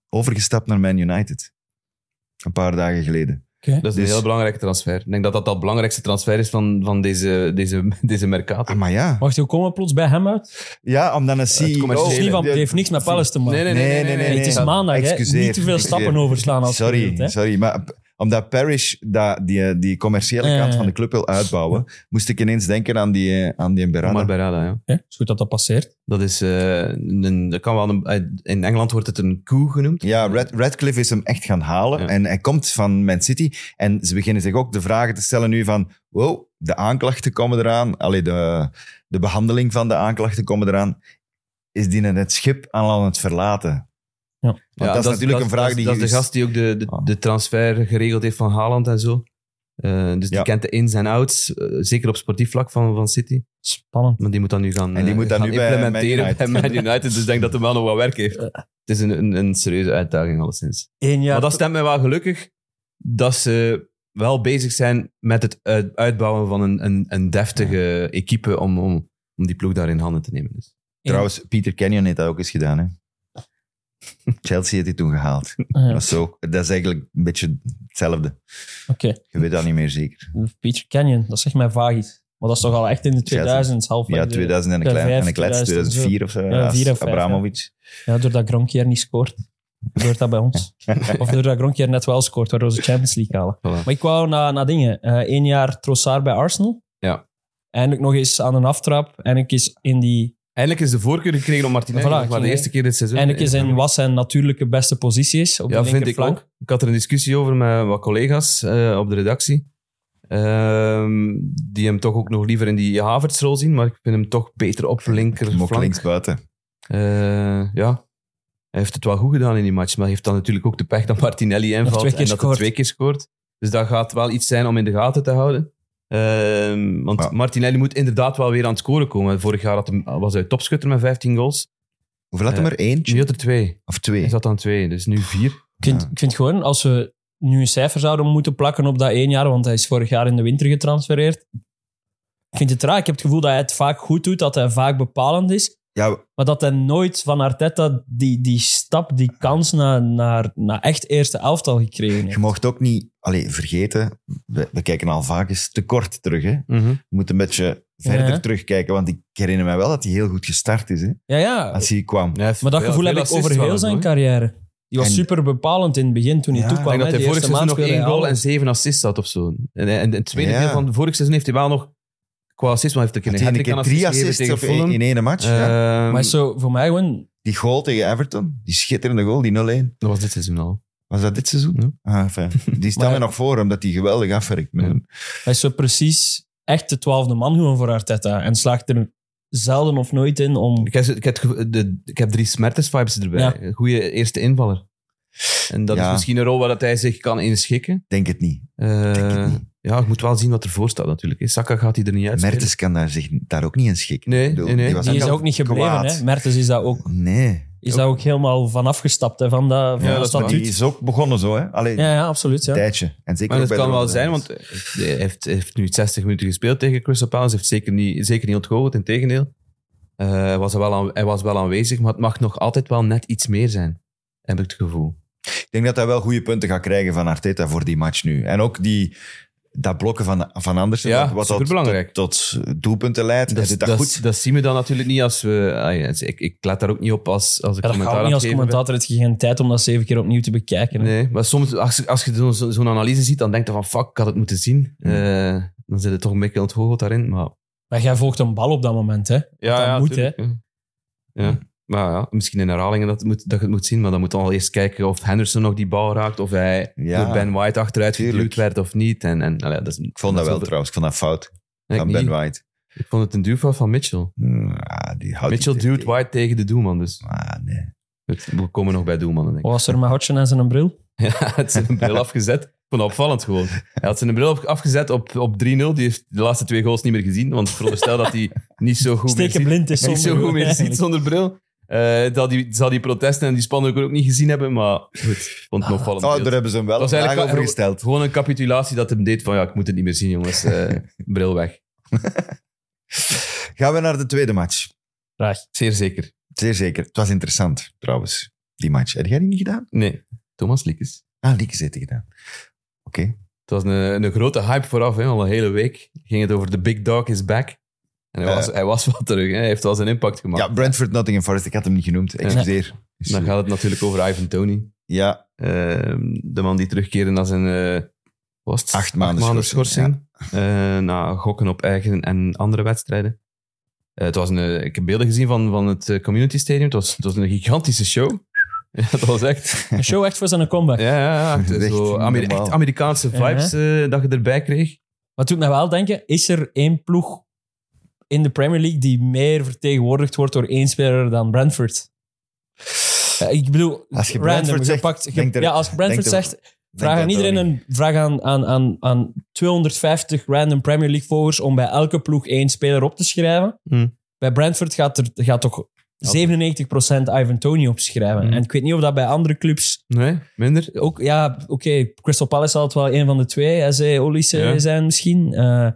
S3: overgestapt naar Man United. Een paar dagen geleden.
S4: Dat is een
S3: Dus-
S4: heel belangrijke transfer. Ik denk dat dat dat belangrijkste transfer is van, van deze, deze, deze Mercato.
S3: Ah, maar ja.
S5: Wacht, hoe komen we plots bij hem uit?
S3: Ja, omdat een CEO...
S4: commerciële.
S5: Het is niet van, het
S3: Ja,
S5: heeft niks met Palace te maken.
S3: nee, nee, nee, nee,
S5: het is
S3: nee.
S5: maandag, hè. Niet
S3: Excuseer,
S5: te veel
S3: excuseer.
S5: stappen overslaan als je
S3: sorry,
S5: wilt, hè.
S3: sorry, maar p- omdat Parrish da, die, eh, die commerciële
S5: Ja, ja,
S3: kant
S5: ja.
S3: van de club wil uitbouwen, moest ik ineens denken aan die, eh, aan die Berada.
S4: Maar Berada, ja.
S5: Hè? Het is goed dat dat passeert.
S4: Dat is, eh, een, dat kan wel een, in Engeland wordt het een coup genoemd.
S3: Ja, Rad, Radcliffe is hem echt gaan halen
S4: Ja.
S3: en hij komt van Man City. En ze beginnen zich ook de vragen te stellen nu van, wow, de aanklachten komen eraan. Allee, de, de behandeling van de aanklachten komen eraan. Is die het schip aan het verlaten?
S4: Ja,
S3: dat is natuurlijk een vraag
S4: dat,
S3: die
S4: Dat is
S3: je
S4: de
S3: is-
S4: gast die ook de, de,
S3: Ah.
S4: de transfer geregeld heeft van Haaland en zo. Eh, dus
S3: Ja.
S4: die kent de ins en outs, eh, zeker op sportief vlak van, van City.
S5: Spannend.
S4: Maar die moet dat nu gaan,
S3: En die
S4: eh,
S3: moet dat
S4: gaan
S3: nu bij Man
S4: implementeren bij
S3: United.
S4: Man United. Dus ik denk dat de man nog wat werk heeft. Het is een, een, een serieuze uitdaging, alleszins.
S5: Eén jaar...
S4: maar dat stemt mij wel gelukkig dat ze wel bezig zijn met het uit- uitbouwen van een, een, een deftige equipe om, om, om die ploeg daar in handen te nemen. Dus.
S3: Trouwens, Pieter Canyon heeft dat ook eens gedaan. Hè? Chelsea heeft die toen gehaald.
S5: Ah, Ja,
S3: Dat, is ook, dat is eigenlijk een beetje hetzelfde.
S5: Oké.
S3: Je weet dat niet meer zeker.
S5: Peter Canyon, dat zegt mij vaag iets. Maar dat is toch al echt in de 2000 half
S3: Ja, 2000 en een, klein, en een klets,
S5: 2005,
S3: 2004 of zo.
S5: Ja,
S3: als
S5: vier of vijf,
S3: Abramovic.
S5: Ja, doordat Gronk hier niet scoort. Gebeurt dat bij ons. of doordat Gronk hier net wel scoort, waardoor ze Champions League halen.
S4: Voilà.
S5: Maar ik wou naar, naar dingen. Eén jaar Trossard bij Arsenal.
S4: Ja.
S5: Eindelijk nog eens aan een aftrap. Eindelijk is in die...
S4: Eindelijk is de voorkeur gekregen om Martinez,
S5: Voilà,
S4: maar de
S5: ging-
S4: eerste keer dit seizoen. eh,
S5: Eindelijk is in wat zijn natuurlijke beste positie is. Op
S4: Ja,
S5: de
S4: vind ik
S5: linkerflank.
S4: ook. Ik had er een discussie over met wat collega's eh, op de redactie. Ehm, die hem toch ook nog liever in die Havertzrol zien, maar ik vind hem toch beter op
S3: Mok
S4: linkerflank.
S3: links buiten.
S4: Eh, ja. Hij heeft het wel goed gedaan in die match, maar hij heeft dan natuurlijk ook de pech dat Martinelli invalt
S5: twee
S4: en
S5: keer
S4: dat
S5: scoort.
S4: hij twee keer scoort. Dus dat gaat wel iets zijn om in de gaten te houden. Ehm, want
S3: Ja.
S4: Martinelli moet inderdaad wel weer aan het scoren komen. Vorig jaar had hem, was hij topschutter met 15 goals.
S3: Hoeveel had hem
S4: Eh,
S3: er? Eentje
S4: Nu had er twee.
S3: of
S4: Hij
S3: twee?
S4: zat aan twee, dus nu vier.
S5: Ik vind,
S3: Ja.
S5: ik vind gewoon, als we nu een cijfer zouden moeten plakken op dat één jaar, want hij is vorig jaar in de winter getransfereerd. Ik vind het raar. Ik heb het gevoel dat hij het vaak goed doet, dat hij vaak bepalend is.
S3: Ja,
S5: Maar dat hij nooit van Arteta die, die stap, die kans naar, naar, naar echt eerste elftal gekregen
S3: je
S5: heeft.
S3: mocht ook niet... Allee, vergeten, we, we kijken al vaak eens te kort terug. Hè.
S5: Mhm.
S3: We moeten een beetje verder
S5: Ja.
S3: terugkijken, want ik herinner me wel dat hij heel goed gestart is. Hè,
S5: Ja, ja.
S3: als hij kwam.
S4: Hij heeft
S5: Maar dat
S4: veel-
S5: gevoel heb
S4: veel
S5: ik
S4: assists
S5: over heel
S4: wel,
S5: zijn
S4: hoor.
S5: carrière. Die was
S3: En-
S5: super bepalend in het begin toen hij
S3: Ja,
S5: toekwam.
S4: Ik denk
S5: hè.
S4: dat hij
S5: Die
S4: vorig
S5: eerste
S4: seizoen nog
S5: maand
S4: één
S5: speelde
S4: goal
S5: hij
S4: en
S5: alles.
S4: zeven assists had of zo. En, en, en het tweede
S3: Ja.
S4: deel van vorig seizoen heeft hij wel nog qua assists, maar hij heeft ook
S3: Had
S4: een
S3: hij een
S4: hat-trick
S3: keer
S4: aan
S3: drie
S4: assists
S3: assists
S4: gegeven
S3: of e-
S4: tegen Fulham.
S3: in één match? ja.
S4: Ehm,
S5: Maar is zo, voor mij gewoon...
S3: Die goal tegen Everton, die schitterende goal, die 0-1.
S4: Dat was dit seizoen al.
S3: Was dat dit seizoen?
S4: Ja.
S3: Ah, enfin. Die staan
S5: Maar-
S3: er nog voor, omdat die geweldig afwerkt. met
S4: Ja.
S3: hem.
S5: Hij is zo precies echt de twaalfde man gewoon voor Arteta. En slaagt er zelden of nooit in om...
S4: Ik heb, ik heb, het gevo- de, ik heb drie Smertens-vibes erbij. Een Goede eerste invaller. En dat
S3: Ja.
S4: is misschien een rol waar dat hij zich kan inschikken.
S3: Denk het niet.
S4: Eh,
S3: Denk het niet.
S4: ja, je moet wel zien wat ervoor staat natuurlijk. hè. Saka gaat hij er niet uit.
S3: Mertens kan daar zich daar ook niet in schikken.
S4: Nee,
S3: Ik bedoel,
S4: nee, nee.
S3: was
S5: Die is
S3: al
S5: ook niet gebleven,
S3: kwaad.
S5: hè. Mertens is daar ook,
S3: Nee.
S5: is daar ook helemaal van afgestapt, hè, van dat, van
S4: Ja,
S5: dat
S4: dat is waar.
S5: statuut.
S3: Die is ook begonnen zo, hè? Alleen
S5: Ja, ja, absoluut, ja.
S3: een tijdje. En zeker
S4: Maar
S3: ook
S4: het
S3: bij
S4: kan
S3: de
S4: wel
S3: Rode
S4: zijn,
S3: Duivels.
S4: want hij heeft, heeft nu 60 minuten gespeeld tegen Crystal Palace. heeft zeker niet, zeker niet ontgoocheld, in tegendeel. Eh, hij was er wel aan, hij was wel aanwezig, maar het mag nog altijd wel net iets meer zijn. Heb ik het gevoel.
S3: Ik denk dat hij wel goede punten gaat krijgen van Arteta voor die match nu. En ook die, dat blokken van, van Andersen,
S4: Ja,
S3: wat- wat dat
S4: superbelangrijk.
S3: tot doelpunten leidt. Hij
S4: Dat,
S3: doet
S4: dat,
S3: dat goed.
S4: dat zien we dan natuurlijk niet als we... ah ja, ik, ik let daar ook niet op als, als ik
S5: Ja, dat
S4: commentaar
S5: gaat
S4: aan
S5: niet
S4: het
S5: als
S4: geven ben.
S5: commentator. Het je geen tijd om dat zeven keer opnieuw te bekijken. hè.
S4: Nee, maar soms, als, je- als je zo- zo- zo'n analyse ziet, dan denk je van, fuck, ik had het moeten zien. Eh, dan zit het toch een beetje ontgoocheld daarin, maar...
S5: Maar jij volgt een bal op dat moment, hè.
S4: Ja,
S5: Dat moet,
S4: tuurlijk, ja. Ja. Maar ja, misschien in herhalingen dat, het moet, dat je het moet zien, maar dan moet je al eerst kijken of Henderson nog die bal raakt, of hij
S3: Ja,
S4: door Ben White achteruit
S3: tuurlijk.
S4: geduwd werd of niet. En, en, nou ja, dat is,
S3: Ik vond dat wel trouwens. Ik vond dat fout van Ben White.
S4: Ik vond het een duwfout van Mitchell.
S3: Ah, die houdt
S4: Mitchell
S3: niet
S4: duwt
S3: tegen.
S4: White tegen de doelman, dus
S3: Ah, nee.
S4: het- we komen nog bij doelmannen, denk ik.
S5: Wat was er met Hodgson en zijn bril?
S4: Ja, het zijn een bril afgezet. Ik vond dat opvallend gewoon. Hij had zijn bril op- afgezet op, op 3-0. Die heeft de laatste twee goals niet meer gezien. Want ik veronderstel dat hij niet zo goed meer
S5: Steken
S4: ziet.
S5: blind is
S4: Niet zo
S5: zonder
S4: goed meer
S5: bril,
S4: ziet zonder bril. Eh, Eh, zal, die, zal die protesten en die spandoeken ook niet gezien hebben, maar goed, vond het nog opvallend
S3: Oh,
S4: beeld.
S3: daar hebben ze hem wel een
S4: Dat is
S3: vraag
S4: eigenlijk
S3: over
S4: wel-
S3: gesteld.
S4: Gewoon een capitulatie dat hem deed van ja, ik moet het niet meer zien jongens, Eh, bril weg.
S3: Gaan we naar de tweede match.
S5: Graag.
S4: Zeer zeker.
S3: Zeer zeker. Het was interessant, trouwens, die match. Heb jij die niet gedaan?
S4: Nee, Thomas Liekes.
S3: Ah, Lieke zit gedaan. Oké.
S4: Het was een, een grote hype vooraf, hè, al een hele week. Ging het over The Big Dog is back. En hij,
S3: Eh.
S4: was, hij was wel terug, hè. hij heeft wel zijn impact gemaakt.
S3: Ja, Brentford, Nottingham Forest. Ik had hem niet genoemd. Excuseer.
S4: Dan gaat het natuurlijk over Ivan Tony.
S3: Ja,
S4: Ehm, de man die terugkeerde na zijn eh, wat was het?
S3: Acht maanden
S4: schorsing. Eh, na gokken op eigen en andere wedstrijden. Eh, het was een, eh, ik heb beelden gezien van, van het eh, Community Stadium. Het was, het was een gigantische show. Ja, dat was echt...
S5: Een show echt voor zijn comeback.
S4: Ja, ja, ja.
S3: Echt
S4: Zo, Amer-
S3: normaal.
S4: echt Amerikaanse
S5: Ja, hè?
S4: vibes eh, dat je erbij kreeg.
S5: Maar het doet mij wel denken, is er één ploeg in de Premier League die meer vertegenwoordigd wordt door één speler dan Brentford? Ja, ik bedoel,
S3: Als je
S5: random,
S3: Brentford
S5: je
S3: zegt,
S5: pakt- je-
S3: denk er-
S5: ja, als Brentford
S3: denk er-
S5: zegt, vraag aan
S3: dat
S5: iedereen
S3: wel
S5: een vraag aan, aan, aan, aan 250 random Premier League volgers om bij elke ploeg één speler op te schrijven.
S4: Hmm.
S5: Bij Brentford gaat er gaat toch 97% Ivan Tony opschrijven.
S4: Hmm.
S5: En ik weet niet of dat bij andere clubs
S4: Nee, minder.
S5: ook, ja, oké, Crystal Palace had het wel een van de twee. Hij zei Olise
S4: Ja.
S5: zijn misschien. Eh,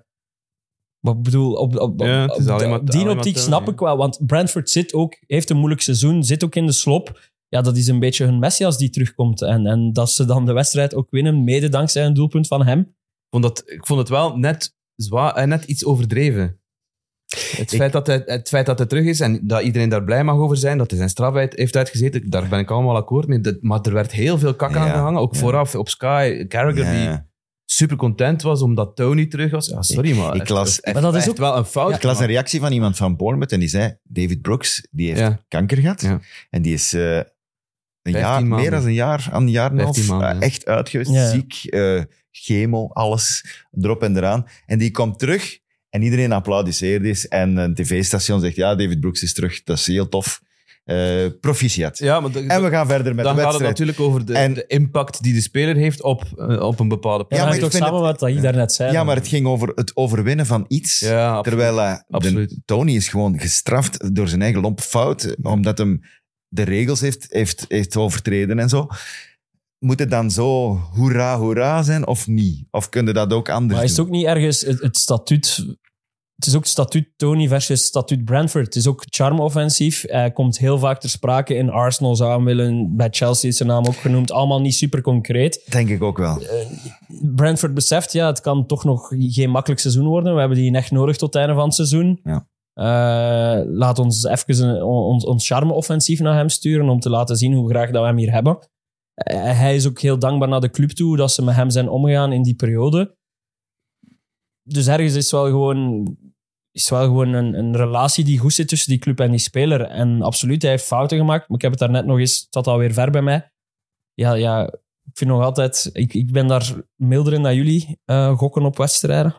S5: maar ik bedoel, op, op, op-
S4: Ja, het is
S5: op-
S4: alleen maar-
S5: op die
S4: alleen maar
S5: optiek
S4: Tony,
S5: snap
S4: ja.
S5: ik wel. Want Brentford zit ook, heeft een moeilijk seizoen, zit ook in de slop. Ja, dat is een beetje hun Messi als die terugkomt. En, en dat ze dan de wedstrijd ook winnen, mede dankzij een doelpunt van hem.
S4: vond dat, ik vond het wel net, zwaar, eh, net iets overdreven. Het, feit dat hij, het feit dat hij terug is en dat iedereen daar blij mag over zijn, dat hij zijn straf uit- heeft uitgezeten, daar ben ik allemaal akkoord mee. Dat, maar er werd heel veel kak
S3: Ja,
S4: aan gehangen, ook
S3: ja.
S4: vooraf op Sky. Carragher die
S3: Ja.
S4: super content was omdat Tony terug was. Ja, sorry, maar,
S3: Ik
S4: het-
S3: las-
S4: het- het-
S5: Maar dat is
S4: echt
S5: ook-
S4: wel een fout.
S3: Oh, Ik las een reactie van iemand van Bournemouth en die zei, David Brooks, die heeft
S4: Ja.
S3: kanker gehad.
S4: Ja.
S3: En die is eh, een jaar,
S4: maanden.
S3: meer dan een jaar, aan een jaar en een half,
S4: 15 maanden,
S3: eh,
S4: ja.
S3: echt uit geweest.
S5: Ja.
S3: Ziek, eh, chemo, alles erop en eraan. En die komt terug en iedereen applaudisseert is. En een tv-station zegt, ja, David Brooks is terug. Dat is heel tof. Eh, proficiat.
S4: Ja, maar dat-
S3: En we gaan verder met
S4: dan
S3: de
S4: gaat het
S3: wedstrijd.
S4: natuurlijk over de,
S3: En-
S4: de impact die de speler heeft op, eh, op een bepaalde
S3: Ja,
S5: Ja,
S3: maar
S5: maar hangt
S3: ik
S5: ook
S3: vind
S5: samen wat dat je
S3: ja.
S5: daarnet zei.
S3: Ja, maar het ging over het overwinnen van iets.
S4: Ja,
S3: Terwijl eh, de-
S4: Absoluut.
S3: Tony is gewoon gestraft door zijn eigen lomp fout, eh, omdat hem de regels heeft, heeft, heeft overtreden en zo. Moet het dan zo hoera, hoera zijn of niet? Of kunnen dat ook anders
S5: Maar is het
S3: doen?
S5: ook niet ergens het, het statuut... Het is ook statuut Tony versus statuut Brentford. Het is ook charme-offensief. Hij komt heel vaak ter sprake in Arsenal zou hem willen. Bij Chelsea is zijn naam ook genoemd. Allemaal niet super concreet.
S3: Denk ik ook
S5: Eh,
S3: wel.
S5: Brentford beseft, ja, het kan toch nog geen makkelijk seizoen worden. We hebben die echt nodig tot het einde van het seizoen.
S3: Ja.
S5: Eh, laat ons even een- on- ons, ons charme-offensief naar hem sturen om te laten zien hoe graag dat we hem hier hebben. Eh, hij is ook heel dankbaar naar de club toe dat ze met hem zijn omgegaan in die periode. Dus ergens is wel gewoon, is wel gewoon een, een relatie die goed zit tussen die club en die speler. En absoluut, hij heeft fouten gemaakt. Maar ik heb het daarnet nog eens, het zat alweer ver bij mij. Ja, ja ik vind nog altijd, ik, ik ben daar milder in dan jullie, eh, gokken op wedstrijden.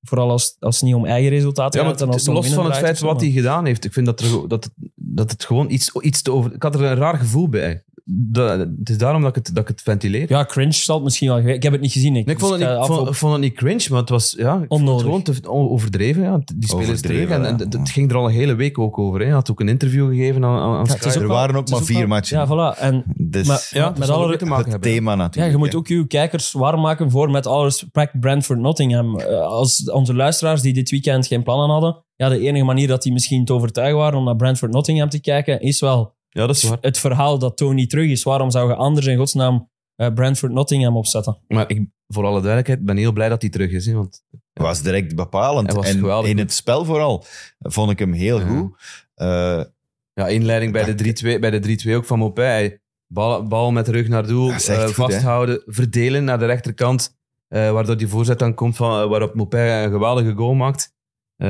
S5: Vooral als, als het niet om eigen resultaten
S4: Ja, maar
S5: gaat. en als
S4: het-
S5: om
S4: los
S5: winnen
S4: van het
S5: draait
S4: feit
S5: of zo,
S4: wat
S5: maar-
S4: hij gedaan heeft, ik vind dat, er, dat, het- dat het gewoon iets, iets te over... Ik had er een raar gevoel bij. Dat, het is daarom dat ik het, dat ik het ventileer.
S5: Ja, cringe zal het misschien wel geweest. Ik heb het niet gezien. Ik,
S4: Nee, ik vond het,
S5: dus
S4: niet,
S5: ga
S4: ik vond,
S5: af
S4: ik
S5: op-
S4: vond het niet cringe, maar het was ja, ik vond
S5: Onnodig.
S4: het gewoon te, o- overdreven. Ja. Die spelers is terug.
S3: Overdreven,
S4: En,
S3: ja.
S4: en dat- dat ging er al een hele week ook over. Hè. Hij had ook een interview gegeven aan, aan, aan
S5: Ja, het
S4: Sky.
S5: is
S3: Er
S5: wel-
S3: waren ook
S5: het is
S3: maar vier
S5: wel-
S3: matchen.
S5: Ja, voilà. En,
S3: Dus
S5: maar
S4: Ja,
S5: met
S4: dat zal
S5: alle-
S4: er mee te maken
S3: het
S4: hebben.
S3: thema
S5: ja,
S3: natuurlijk.
S5: je moet ook je kijkers warm maken voor met alle respect Brentford Nottingham. Eh, Als onze luisteraars die dit weekend geen plannen hadden, ja, de enige manier dat die misschien te overtuigen waren om naar Brentford Nottingham te kijken, is wel
S4: Ja, dat is waar.
S5: het verhaal dat Tony terug is. Waarom zou je anders in godsnaam eh, Brentford Nottingham opzetten?
S4: Maar ik, voor alle duidelijkheid, ben heel blij dat hij terug is. Hè, want
S3: was direct bepalend.
S4: Hij was
S3: en
S4: geweldig
S3: in
S4: goed.
S3: het spel vooral vond ik hem heel
S4: Ja.
S3: goed. Eh,
S4: ja, inleiding bij de 3-2 bij de 3-2 ook van Mopé. Hij- Bal, bal met de rug naar doel,
S3: Dat is echt
S4: eh,
S3: goed, hè?
S4: vasthouden, verdelen naar de rechterkant. eh, waardoor die voorzet dan komt van, eh, waarop Mopé een geweldige goal maakt.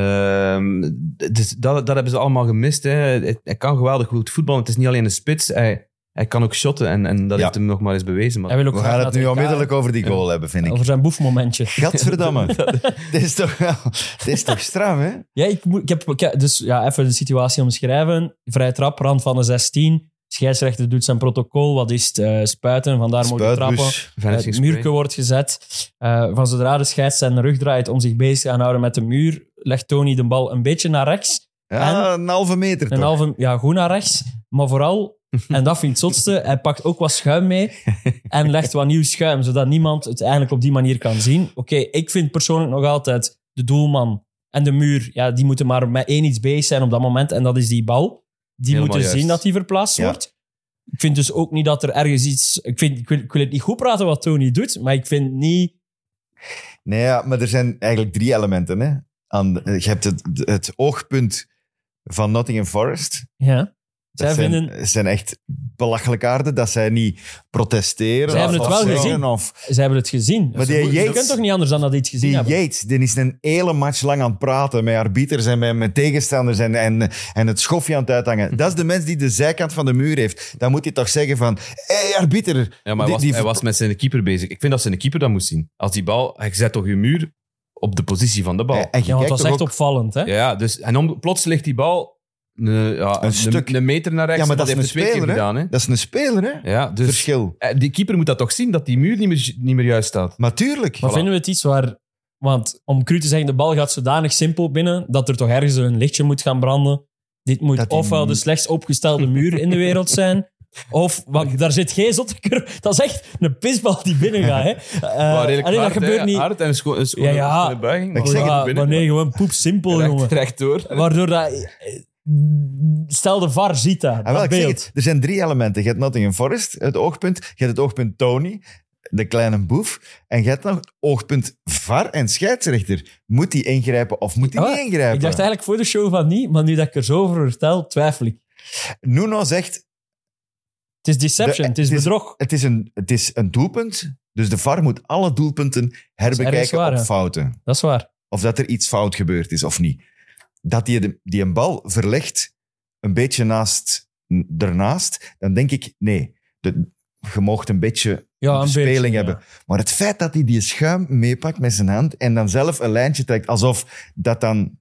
S4: Ehm, d- dus dat, dat hebben ze allemaal gemist. Hè. Hij, hij kan geweldig goed voetballen. Het is niet alleen een spits. Hij, hij kan ook shotten en, en dat
S3: Ja.
S4: heeft hem nog maar eens bewezen. Maar
S5: Hij wil ook
S3: we
S5: graag
S3: gaan
S5: naar
S3: het nu
S5: EK
S3: onmiddellijk over die goal hebben, vind ik.
S5: Over zijn boefmomentje.
S3: Gadverdamme. dit, is toch, wel- dit is toch stram, hè?
S5: Ja, ik, moet, ik heb ik heb- dus ja, even de situatie omschrijven. Vrij trap, rand van de 16. Scheidsrechter doet zijn protocol. Wat is het? Eh, spuiten, vandaar mogen trappen. Eh,
S3: Spuitbus.
S4: Vanishing
S5: Het
S4: spray.
S5: muurke wordt gezet. Eh, van zodra de scheids zijn rug draait om zich bezig te gaan houden met de muur, legt Tony de bal een beetje naar rechts.
S3: Ja, een halve meter
S5: Een
S3: toch?
S5: halve, ja, goed naar rechts. Maar vooral, en dat vind ik het zotste, hij pakt ook wat schuim mee en legt wat nieuw schuim, zodat niemand het eigenlijk op die manier kan zien. Oké, ik vind persoonlijk nog altijd de doelman en de muur, ja, die moeten maar met één iets bezig zijn op dat moment en dat is die bal. Die
S4: Helemaal
S5: moeten
S4: juist.
S5: zien dat die verplaatst
S3: Ja.
S5: wordt. Ik vind dus ook niet dat er ergens iets... Ik, vind, ik, wil, ik wil het niet goed praten wat Tony doet, maar ik vind niet...
S3: Nee, ja, maar er zijn eigenlijk drie elementen. Hè? Aan, de- je hebt het, het oogpunt van Nottingham Forest.
S5: Ja.
S3: Dat
S5: Zij
S3: zijn,
S5: vinden-
S3: zijn echt belachelijk aarden dat zij niet protesteren.
S5: Zij hebben
S3: of
S5: het wel
S3: zeggen
S5: gezien.
S3: Of,
S5: Ze hebben het gezien.
S3: Maar
S5: Ze
S3: die
S5: mo- je
S3: Yates-
S5: kunt toch niet anders dan dat iets gezien
S3: die
S5: hebben?
S3: Yates, die is een hele match lang aan het praten met arbiters en met, met tegenstanders en, en, en het schofje aan het uithangen. Dat is de mens die de zijkant van de muur heeft. Dan moet hij toch zeggen van, hé hey, arbiter.
S4: Ja, maar hij,
S3: Die-
S4: was,
S3: die-
S4: hij was met zijn keeper bezig. Ik vind dat zijn keeper dat moest zien. Als die bal, hij zet toch je muur op de positie van de bal.
S3: En je
S5: Ja, want
S3: kijkt
S5: het was
S3: toch
S5: echt
S3: ook-
S5: opvallend, hè?
S4: Ja, ja, dus, en om, plots ligt die bal eh, ja, een,
S3: stuk.
S4: een meter naar rechts.
S3: Ja, maar
S4: en
S3: dat is een
S4: heeft hij twee keer
S3: speler. Hè?
S4: gedaan. Hè?
S3: Dat is een speler, hè?
S4: Ja, dus
S3: Verschil.
S4: eh, die keeper moet dat toch zien, dat die muur niet meer, niet meer juist staat.
S3: Maar tuurlijk.
S5: Maar vinden we het iets waar... Want om cru te zeggen, de bal gaat zodanig simpel binnen dat er toch ergens een lichtje moet gaan branden. Dit moet
S3: Dat die-
S5: ofwel de slechts opgestelde muur in de wereld zijn, of... Want daar zit geen zottekur. Dat is echt een pisbal die binnen gaat, hè? Eh,
S4: Maar redelijk
S5: allee, dat
S4: hard, hè,
S5: gebeurt niet...
S4: Hard en een scho- een schone,
S5: Ja, ja.
S4: schone buiging.
S3: Ik
S4: maar-
S3: zeg het
S5: Ja,
S4: binnen.
S5: maar nee, gewoon poep simpel,
S4: Recht-
S5: jongen.
S4: recht door.
S5: Waardoor dat... eh, Stel de VAR ziet dat,
S3: Ah, wel,
S5: dat
S3: ik zeg
S5: beeld.
S3: het, er zijn drie elementen. Je hebt Nottingham Forest, het oogpunt. Je hebt het oogpunt Tony, de kleine boef. En je hebt nog het oogpunt VAR en scheidsrechter. Moet die ingrijpen of moet die
S5: Ah,
S3: niet ingrijpen?
S5: Ik dacht eigenlijk voor de show van niet, maar nu dat ik er zo over vertel, twijfel ik.
S3: Nuno zegt,
S5: Het is deception,
S3: De-
S5: het is
S3: het is-
S5: bedrog.
S3: het is, een, het is een doelpunt, dus de VAR moet alle doelpunten
S5: ergens
S3: herbekijken
S5: waar,
S3: op
S5: ja.
S3: fouten.
S5: Dat is waar.
S3: Of dat er iets fout gebeurd is of niet. Dat die, de- die een bal verlegt, een beetje naast, ernaast, dan denk ik, nee, de, je moogt een beetje
S5: Ja, een
S3: speling
S5: beetje,
S3: hebben.
S5: ja.
S3: Maar het feit dat hij die schuim meepakt met zijn hand en dan zelf een lijntje trekt, alsof dat dan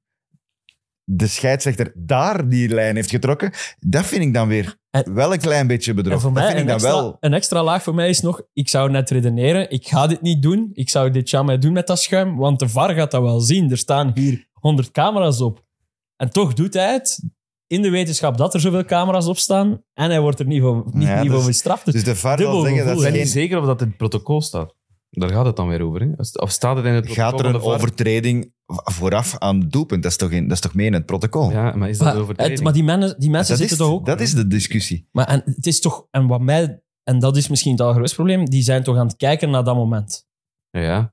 S3: de scheidsrechter daar die lijn heeft getrokken, dat vind ik dan weer
S5: En-
S3: wel een klein beetje
S5: En
S3: bedrog.
S5: voor
S3: Dat
S5: mij
S3: vind ik
S5: een
S3: dan
S5: extra,
S3: wel.
S5: een extra laag voor mij is nog, ik zou net redeneren, ik ga dit niet doen, ik zou dit jammer doen met dat schuim, want de VAR gaat dat wel zien. Er staan hier 100 camera's op. En toch doet hij het in de wetenschap dat er zoveel camera's op staan en hij wordt er niet voor, niet,
S3: Ja,
S5: niet
S3: dus-
S5: voor bestraft. Dus
S3: Dus de VAR
S5: dubbel
S3: wil zeggen dat
S5: gevoel,
S4: Ik
S3: ze
S4: ben niet
S3: geen...
S4: zeker of dat in het protocol staat. Daar gaat het dan weer over. Hè? Of staat het in het protocol
S3: Gaat er
S4: van
S3: een
S4: de VAR?
S3: overtreding vooraf aan het doelpunt? Dat is toch, in, dat is toch mee in het protocol?
S4: Ja, maar is dat
S5: maar,
S4: een
S5: het,
S4: overtreding?
S5: eh, maar die, mannen, die mensen
S3: dat, is,
S5: zitten toch ook...
S3: dat is de discussie.
S5: Maar en, het is toch, en wat mij, en dat is misschien het allergrootste probleem, die zijn toch aan het kijken naar dat moment.
S4: Ja, ja. Ik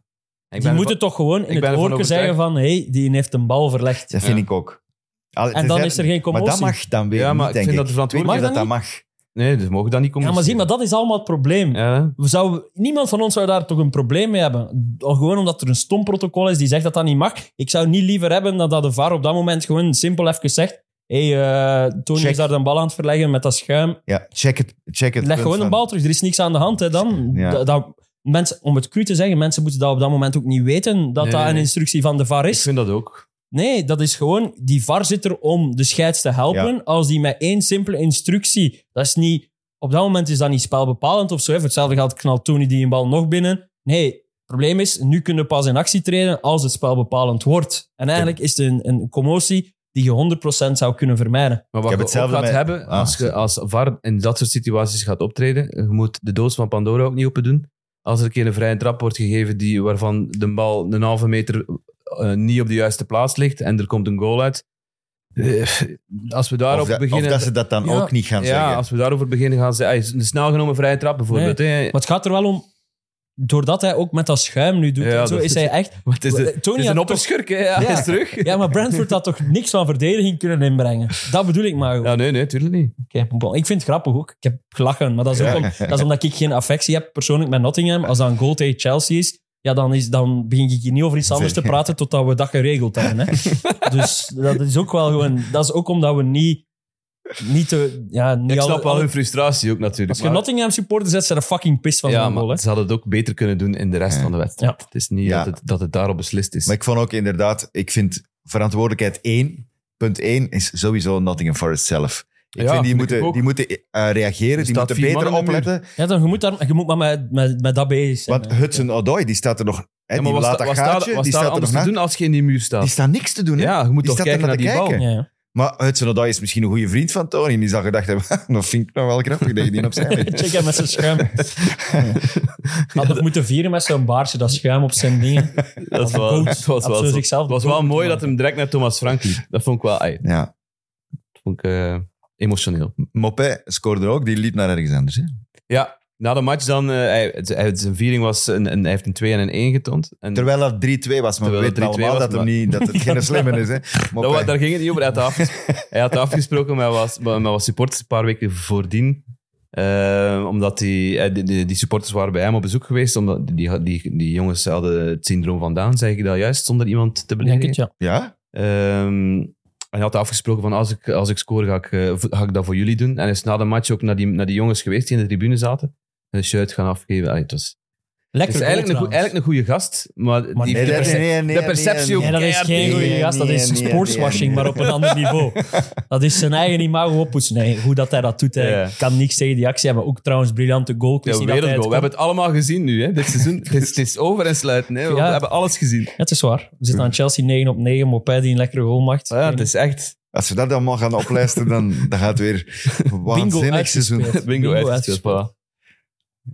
S5: die
S4: ervan-
S5: moeten toch gewoon
S4: ik
S5: in
S4: ben
S5: het
S4: ervan
S5: oorke zeggen van hey, die heeft een bal verlegd.
S3: Dat vind
S4: Ja.
S3: ik ook. Al-
S5: En dan
S3: tenzij-
S5: is er geen
S3: Maar
S5: commotie.
S3: dat mag dan weer
S4: Ja, maar
S3: niet,
S4: ik
S3: denk
S4: vind dat de
S3: Weet je
S4: verantwoordelijkheid...
S5: Mag
S3: dat
S5: dat
S3: dat mag?
S4: Nee, dus mogen dat niet komen.
S5: Ja, maar zie, maar dat is allemaal het probleem.
S4: Ja,
S5: We zouden, niemand van ons zou daar toch een probleem mee hebben. Al gewoon omdat er een stom protocol is die zegt dat dat niet mag. Ik zou niet liever hebben dan dat de VAR op dat moment gewoon simpel even zegt hey, eh, Tony
S3: Check.
S5: is daar een bal aan het verleggen met dat schuim.
S3: Ja, check het. Check het
S5: Leg
S3: punt
S5: gewoon een
S3: van-
S5: bal terug. Er is niks aan de hand. Hè, dan.
S3: Ja.
S5: Dat, dat- mensen, om het cru te zeggen, mensen moeten dat op dat moment ook niet weten dat
S4: Nee, nee,
S5: dat een
S4: nee.
S5: instructie van de VAR
S4: ik
S5: is.
S4: vind dat ook.
S5: Nee, dat is gewoon... Die VAR zit er om de scheids te helpen.
S3: Ja.
S5: Als die met één simpele instructie... Dat is niet... Op dat moment is dat niet spelbepalend of zo. hè. Voor hetzelfde geld knalt Tony die een bal nog binnen. Nee, het probleem is... Nu kunnen we pas in actie treden als het spelbepalend wordt. En eigenlijk is het een, een commotie die je 100% zou kunnen vermijden.
S4: Maar wat
S3: heb
S4: je ook
S3: hetzelfde
S4: gaat
S3: met-
S4: hebben,
S3: Ah.
S4: als je als VAR in dat soort situaties gaat optreden, je moet de doos van Pandora ook niet open doen. Als er een keer een vrije trap wordt gegeven die, waarvan de bal een halve meter eh, niet op de juiste plaats ligt en er komt een goal uit. Eh, als we daarop
S3: Of, dat-
S4: beginnen...
S3: of dat ze dat dan
S5: Ja.
S3: ook niet gaan
S4: ja,
S3: zeggen.
S4: als we daarover beginnen gaan ze... ah, is Een snel genomen vrije trap bijvoorbeeld. hè.
S5: Maar het gaat er wel om... Doordat hij ook met dat schuim nu doet
S4: Ja,
S5: en zo,
S4: dat
S5: is
S4: is-
S5: hij echt...
S4: Maar het is, de,
S5: Tony
S4: het is
S5: had
S4: een
S5: toch-
S4: opperschurk, hè. Ja,
S5: Ja.
S4: is terug.
S5: Ja, maar Brentford had toch niks van verdediging kunnen inbrengen? Dat bedoel ik maar.
S4: Ja, nee, nee, tuurlijk niet.
S5: Oké, bon. Ik vind het grappig ook. Ik heb gelachen, maar dat is, ook
S3: Ja.
S5: om- dat is omdat ik geen affectie heb persoonlijk met Nottingham. Als dat een goal tegen Chelsea is, ja, dan, is, dan begin ik hier niet over iets anders te praten totdat we dat geregeld hebben. Hè. Dus dat is ook wel gewoon... Dat is ook omdat we niet... niet te, ja, niet
S4: ik
S5: alle-
S4: snap wel
S5: alle-
S4: hun frustratie ook natuurlijk.
S5: Als je
S4: maar-
S5: Nottingham supporter zet, zijn er fucking pist van
S4: ja,
S5: zo'n goal. Hè.
S4: maar ze hadden het ook beter kunnen doen in de rest
S3: Ja.
S4: van de wedstrijd.
S5: Ja.
S4: Het is niet
S3: Ja.
S4: dat, het, dat het daarop beslist is.
S3: Maar ik vond ook inderdaad, ik vind verantwoordelijkheid één. Punt één is sowieso Nottingham Forest zelf. Ik
S4: Ja,
S3: vind die
S4: vind ik
S3: moeten,
S4: ook.
S3: die moeten eh, reageren, die
S4: staat
S3: moeten
S4: vier
S3: beter
S4: man in de muur.
S3: opletten.
S5: Ja, dan, je, moet daar, je moet maar met, met, met dat bezig zijn.
S3: Want
S5: hè.
S3: Hudson Odoi, die staat er nog. Hè,
S4: Ja, maar
S3: die
S4: wat
S3: laat
S4: sta-
S3: dat
S4: wat staat-
S3: gaatje,
S4: wat
S3: die
S4: staat er
S3: staat er nog
S4: anders te
S3: na.
S4: doen als je in die muur staat?
S3: Die staat niks te doen. Hè?
S4: Ja, je
S3: die
S4: moet toch
S3: staat er
S4: kijken naar die
S3: te
S4: bal.
S3: kijken.
S5: Ja, ja.
S3: Maar Hudson Odoi is misschien een goede vriend van Tony. En die zal gedacht hebben, dat vind ik nou wel grappig dat je die opzij legt.
S5: Check hem met zijn schuim. Had het moeten vieren met zo'n baardje, dat schuim op zijn dingen.
S4: Dat
S5: de
S4: wel-
S5: coach.
S4: het was
S5: Had
S4: wel
S5: zo
S4: zo.
S5: zichzelf
S4: Het was
S5: de
S4: wel
S5: coach
S4: mooi dat
S5: gemaakt.
S4: hem direct naar Thomas Frank liep. Dat vond ik wel ai,
S3: Ja.
S4: dat vond ik, eh, emotioneel.
S3: Mopé scoorde ook, die liep naar ergens anders. Hè?
S4: Ja, na de match dan, eh, hij, het- hij- zijn viering was, een, een, hij heeft een 2 en een 1 getoond. En
S3: Terwijl dat 3-2 was, maar
S4: Terwijl
S3: we
S4: het
S3: weten
S4: 3-2
S3: allemaal
S4: was,
S3: dat, hem
S4: maar-
S3: niet, dat het geen slimme is. Hè?
S4: dat,
S3: Mopé.
S4: wa- daar ging het niet over. Hij had, afges- hij had afgesproken met wat, met wat supporters een paar weken voordien. Eh, omdat die, eh, die, die, die supporters waren bij hem op bezoek geweest. Omdat die, die, die, die jongens hadden het syndroom vandaan, zeg ik dat juist, zonder iemand te
S5: Ik Denk
S4: beledigen.
S5: het, ja.
S3: Ja?
S4: Ehm, en hij had afgesproken van als ik, als ik score ga ik, eh, v- ga ik dat voor jullie doen. En is na de match ook naar die, naar die jongens geweest die in de tribune zaten. En de shirt gaan afgeven. Allee, het was, het
S5: Lekker
S4: is eigenlijk een, goe- eigenlijk een goede gast, maar,
S5: Maar
S4: die,
S5: nee,
S4: de,
S5: dat is-
S4: perce- de perceptie ook
S5: Nee, dat is
S4: keihard
S5: geen
S4: tegen-
S5: goede gast. Dat
S3: nee,
S5: is
S3: nee, nee, nee.
S5: sportswashing, maar op een ander niveau. Dat is zijn eigen imago oppoetsen. Nee, hoe dat hij dat doet, hij
S4: Ja.
S5: kan niks tegen die actie hebben. Ook trouwens, briljante goal. Ik wist
S4: Ja,
S5: niet dat hij het
S4: wereldgoal.
S5: kon.
S4: We hebben het allemaal gezien nu, hè, dit seizoen. het, is, het is over en sluiten. Hè. We
S5: Ja.
S4: hebben alles gezien.
S5: Ja, Het is waar. We zitten aan Chelsea 9 op 9. Mopé die een lekkere goal maakt.
S4: Ja, het is echt...
S3: Als we dat allemaal gaan oplijsten, dan, dan gaat het weer een waanzinnig seizoen.
S5: uitgespeeld.
S4: Bingo,
S5: Bingo
S4: uitgespeeld.
S5: uitgespeeld.
S4: voilà.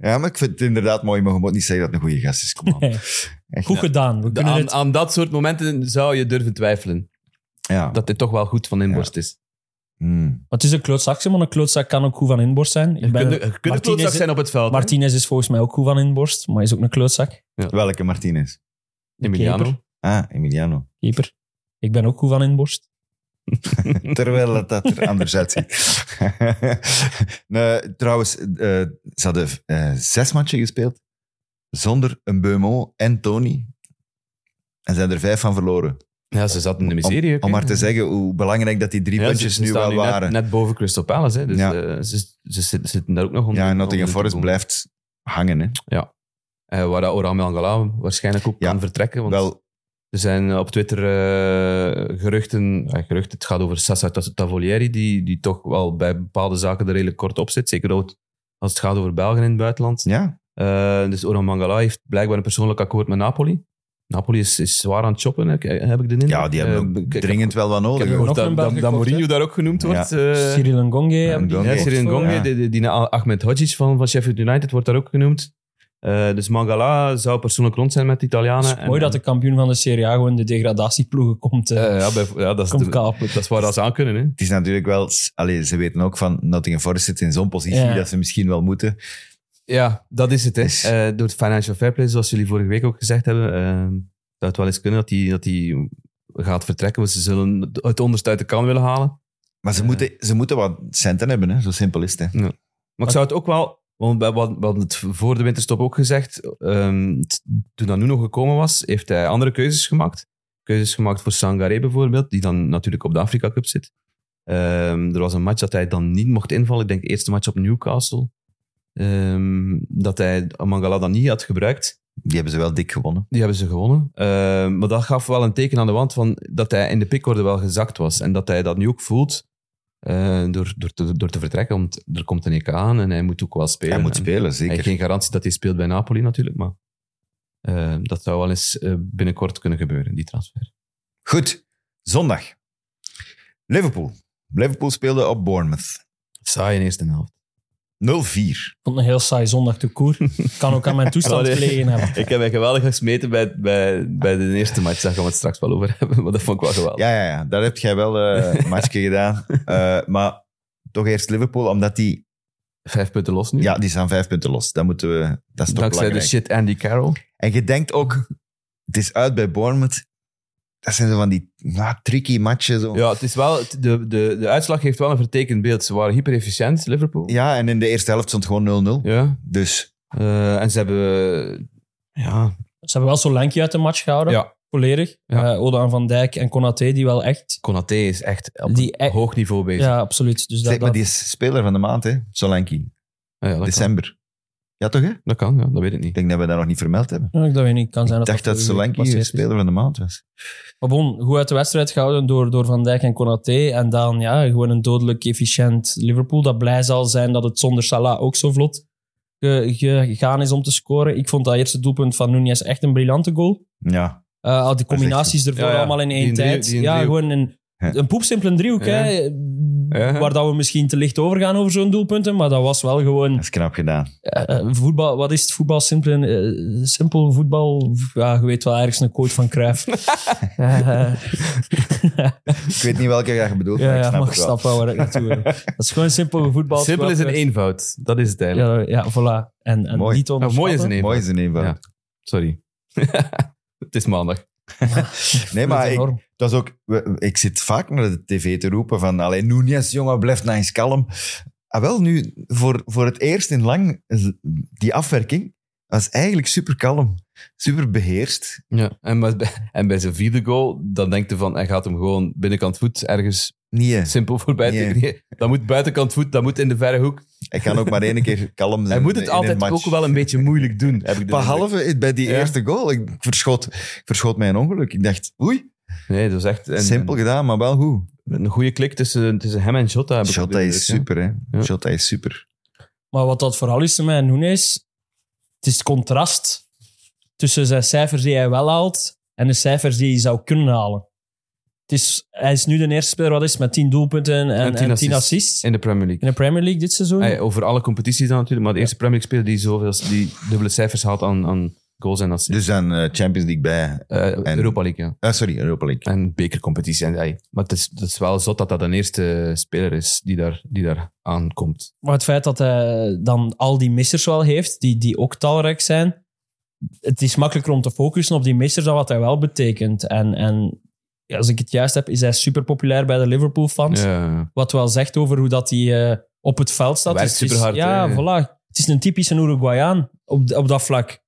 S3: Ja, maar ik vind het inderdaad mooi, maar je moet niet zeggen dat het een goede gast is. Kom aan.
S5: Nee.
S3: Echt,
S5: Goed
S3: ja.
S5: gedaan. We
S4: De-
S5: kunnen
S4: aan,
S5: het...
S4: aan dat soort momenten zou je durven twijfelen.
S3: Ja.
S4: Dat dit toch wel goed van inborst is.
S3: Hmm.
S5: Het is een klootzakje, maar een klootzak kan ook goed van inborst zijn. Ik
S4: Je
S5: ben-
S4: kunt, je kunt een
S5: Martinez-
S4: klootzak zijn op het veld. hè.
S5: Martinez is volgens mij ook goed van inborst, maar is ook een klootzak.
S3: Welke Martinez?
S4: Emiliano.
S5: Keeper.
S3: Ah, Emiliano.
S5: Keeper. Ik ben ook goed van inborst.
S3: Terwijl dat, dat er anders uitziet. nee, trouwens, eh, ze hadden eh, zes matchen gespeeld. Zonder een Beumont en Tony. En zijn er vijf van verloren.
S4: Ja, ze zat in de miserie. ook,
S3: Om
S4: hè.
S3: maar te zeggen hoe belangrijk dat die drie
S4: Ja, ze-
S3: puntjes
S4: ze
S3: nu
S4: staan
S3: wel
S4: net-
S3: waren.
S4: Net, boven Crystal Palace. Hè. Dus,
S3: Ja.
S4: eh, ze, ze zitten- zitten daar ook nog onder.
S3: ja, en
S4: onder
S3: Nottingham
S4: de
S3: Forest
S4: boom.
S3: blijft hangen. Hè.
S4: Eh, waar dat Oran Mangala waarschijnlijk ook
S3: Ja.
S4: kan vertrekken. Want
S3: Wel,
S4: er zijn op Twitter eh, geruchten, eh, geruchten. Het gaat over Sasa Tas- Tavolieri, die, die toch wel bij bepaalde zaken er redelijk kort op zit. Zeker ook als het gaat over Belgen in het buitenland.
S3: ja.
S4: Eh, dus Oran Mangala heeft blijkbaar een persoonlijk akkoord met Napoli. Napoli is, is zwaar aan het choppen, heb, heb ik de indruk.
S3: ja, die hebben
S4: Eh,
S3: ook
S4: ik- ik-
S3: dringend wel wat
S4: Ik
S3: nodig.
S4: heb
S3: hoor.
S4: gehoord
S5: Nog een
S4: dat,
S5: Belg
S4: dat, dat
S5: gekocht,
S4: Mourinho daar ook genoemd wordt.
S3: Ja.
S4: eh,
S5: Cyril Ngonge hebben die
S3: Ngonge. Ngonge.
S4: Ja,
S5: gekocht
S4: Sirin
S5: voor.
S4: Gonge,
S3: Ja.
S4: die, die, die Ahmed Hodges van, van Sheffield United wordt daar ook genoemd. Eh, dus Mangala zou persoonlijk rond zijn met de Italianen.
S5: Het is mooi dat de kampioen van de Serie A gewoon de degradatieploegen komt, eh,
S4: Eh, ja, bij- ja, dat, is
S5: komt
S4: de-
S5: kapen.
S4: dat is waar dat ze aan kunnen. Hè.
S3: Het is natuurlijk wel... Allee, ze weten ook van Nottingham Forest zit in zo'n positie
S5: Ja.
S3: dat ze misschien wel moeten.
S4: Ja, dat is het. Hè.
S3: Is-
S4: Eh, door het Financial Fair Play, zoals jullie vorige week ook gezegd hebben, eh, zou het wel eens kunnen dat hij dat die gaat vertrekken. Want ze zullen het onderste uit de kan willen halen.
S3: Maar ze,
S4: Ja.
S3: moeten, ze moeten wat centen hebben, hè? zo simpel is het. Hè?
S4: Maar ik zou het ook wel, want we hadden we hadden het voor de winterstop ook gezegd, ehm, t- toen dat nu nog gekomen was, heeft hij andere keuzes gemaakt. Keuzes gemaakt voor Sangaré bijvoorbeeld, die dan natuurlijk op de Afrika Cup zit. Ehm, er was een match dat hij dan niet mocht invallen. Ik denk de eerste match op Newcastle. Ehm, dat hij Mangala dan niet had gebruikt.
S3: Die hebben ze wel dik gewonnen.
S4: Die hebben ze gewonnen. Ehm, maar dat gaf wel een teken aan de wand van dat hij in de pickorde wel gezakt was. En dat hij dat nu ook voelt eh, door, door, te, door te vertrekken. Want er komt een EK aan en hij moet ook wel spelen.
S3: Hij moet
S4: En
S3: spelen,
S4: hij heeft
S3: zeker.
S4: geen garantie dat hij speelt bij Napoli natuurlijk. Maar eh, dat zou wel eens eh, binnenkort kunnen gebeuren, die transfer.
S3: Goed, zondag. Liverpool. Liverpool speelde op Bournemouth.
S4: Saai in eerste helft.
S3: 0-4.
S5: Ik vond het een heel saai zondag te koer. Kan ook aan mijn toestand
S4: Sorry.
S5: gelegen hebben.
S4: Ik heb mij geweldig gesmeten bij, bij, bij de eerste match. Daar gaan we het straks wel over hebben. Maar dat vond ik wel geweldig.
S3: Ja, ja, ja, daar heb jij wel eh, een matchje gedaan. Eh, maar toch eerst Liverpool, omdat die...
S4: Vijf punten los nu.
S3: Ja, die staan vijf punten los. Dat, moeten we, dat is toch
S4: Hm. Dankzij de
S3: belangrijk.
S4: shit Andy Carroll.
S3: En je denkt ook, het is uit bij Bournemouth. Dat zijn zo van die nou, tricky matchen. Zo.
S4: Ja, het is wel, het- de, de, de uitslag geeft wel een vertekend beeld. Ze waren hyper-efficiënt, Liverpool.
S3: Ja, en in de eerste helft stond gewoon 0-0.
S4: Ja.
S3: Dus
S4: Eh, en ze hebben... Ja.
S5: Ze hebben wel Solanke uit de match gehouden.
S4: ja.
S5: Volledig.
S4: Ja.
S5: Eh, Odaan van Dijk en Konaté, die wel echt...
S4: Konaté is echt op
S5: Die e-
S4: hoog niveau bezig.
S5: Ja, absoluut. Dus dat,
S3: zeg maar,
S5: dat-
S3: die is speler van de maand, hè? Solanke.
S4: Ah Ja, ja, dat, kan.
S3: December. Ja, toch, hè?
S4: dat kan. Ja, dat weet ik
S3: Ik
S4: niet.
S3: denk dat we dat nog niet vermeld hebben.
S5: Ja, ik dat weet niet. Kan zijn
S3: ik
S5: dat
S3: dacht dat
S5: vorige week
S3: Solanke
S5: gepasseerd is.
S3: speler van de maand was.
S5: Maar bon, goed uit de wedstrijd gehouden door, door Van Dijk en Konaté. En dan ja, gewoon een dodelijk efficiënt Liverpool. Dat blij zal zijn dat het zonder Salah ook zo vlot ge- ge- gegaan is om te scoren. Ik vond dat eerste doelpunt van Nunez echt een briljante goal.
S3: Ja.
S5: Eh, al
S3: echt
S5: die combinaties ervoor
S4: Ja, ja.
S5: allemaal in
S4: Die
S5: één
S4: in driehoek-
S5: tijd.
S4: die in
S5: ja,
S4: driehoek.
S5: gewoon een Een poepsimpele driehoek,
S4: Ja.
S5: hè,
S4: Ja.
S5: waar dat we misschien te licht overgaan over zo'n doelpunten, maar dat was wel gewoon
S3: Dat is knap gedaan.
S5: eh, eh, voetbal. Wat is het voetbal simpel? eh, simpel voetbal? Ja, je weet wel ergens een quote van Cruijff. Eh,
S3: Ik weet niet welke je bedoelt,
S5: ja,
S3: maar ik
S5: ja,
S3: snap
S5: maar ik
S3: het wel.
S5: snap wel waar ik naartoe wil. Dat is gewoon simpel voetbal.
S4: Simpel is een eenvoud. Dat is het eigenlijk.
S5: Ja, ja, voilà. En, en
S3: Mooi.
S5: niet te
S4: Nou, mooi is een
S5: onderschatten.
S3: Mooi
S4: eenvoud.
S3: is in ieder geval.
S4: Ja. Sorry. het is maandag.
S3: Nee, maar
S5: is
S3: ik,
S5: enorm.
S3: dat is ook, we- ik zit vaak naar de tv te roepen van alleen Nunez, jongen, blijf nou eens kalm. Ah, wel, nu voor, voor het eerst in lang eh, die afwerking was eigenlijk super kalm, super beheerst.
S4: Ja. En, maar bij- en bij zijn vierde goal, dan denkt hij van, hij gaat hem gewoon binnenkant voet ergens
S3: Nee, eh,
S4: simpel voorbij
S3: Nee.
S4: tekenen. Dat moet buitenkant voet, dat moet in de verre hoek.
S3: hij kan ook maar één keer kalm zijn.
S4: Hij moet het
S3: in een
S4: altijd
S3: match.
S4: ook wel een beetje moeilijk doen, heb ik de indruk.
S3: Behalve bij die
S4: Ja.
S3: eerste goal. Ik verschoot, ik verschoot mij een ongeluk. Ik dacht, oei,
S4: Nee, dat is echt een,
S3: simpel gedaan, maar wel goed.
S4: een, goede klik tussen, tussen hem en Jota. heb ik ook de
S3: Jota is
S4: indruk,
S3: super, hè.
S4: Ja.
S3: Jota is super.
S5: Maar wat dat vooral is met Nunes, het is het contrast tussen zijn cijfers die hij wel haalt en de cijfers die hij zou kunnen halen. Het is, hij is nu de eerste speler wat is met 10 doelpunten en, en, Ah, 10
S4: 10
S5: assists.
S4: hè. In de Premier League.
S5: in de Premier League dit seizoen.
S4: Hey, over alle competities dan natuurlijk, maar de eerste Premier League speler die zoveel die dubbele cijfers haalt aan, aan goals en assists.
S3: Dus dan eh, Champions League bij.
S4: Eh,
S3: en-
S4: Europa League, ja.
S3: Ah, sorry, Europa League.
S4: En bekercompetitie. En, hey, maar het is, het is wel zot dat dat een eerste speler is die daar, die daar aankomt.
S5: Maar het feit dat hij dan al die missers wel heeft, die, die ook talrijk zijn, het is makkelijker om te focussen op die missers dan wat hij wel betekent. En, en ja, als ik het juist heb, is hij super populair bij de Liverpool-fans.
S4: Ja.
S5: wat wel zegt over hoe dat hij eh, op het veld staat.
S4: Werkt
S5: Dus het is-
S4: superhard,
S5: Ja,
S4: hè.
S5: voilà. Het is een typische Uruguayaan op, d- op dat vlak.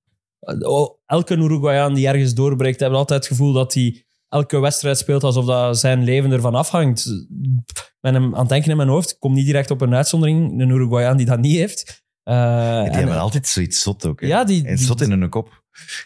S5: Eh, O- Elke Uruguayaan die ergens doorbreekt, hebben altijd het gevoel dat hij elke wedstrijd speelt alsof dat zijn leven ervan afhangt. Ik ben hem aan het denken in mijn hoofd. Ik kom niet direct op een uitzondering, een Uruguayaan die dat niet heeft. Eh,
S3: Die
S5: en-
S3: hebben altijd zoiets zot ook. Hè?
S5: ja, die,
S3: En
S5: die-
S3: zot in hun kop.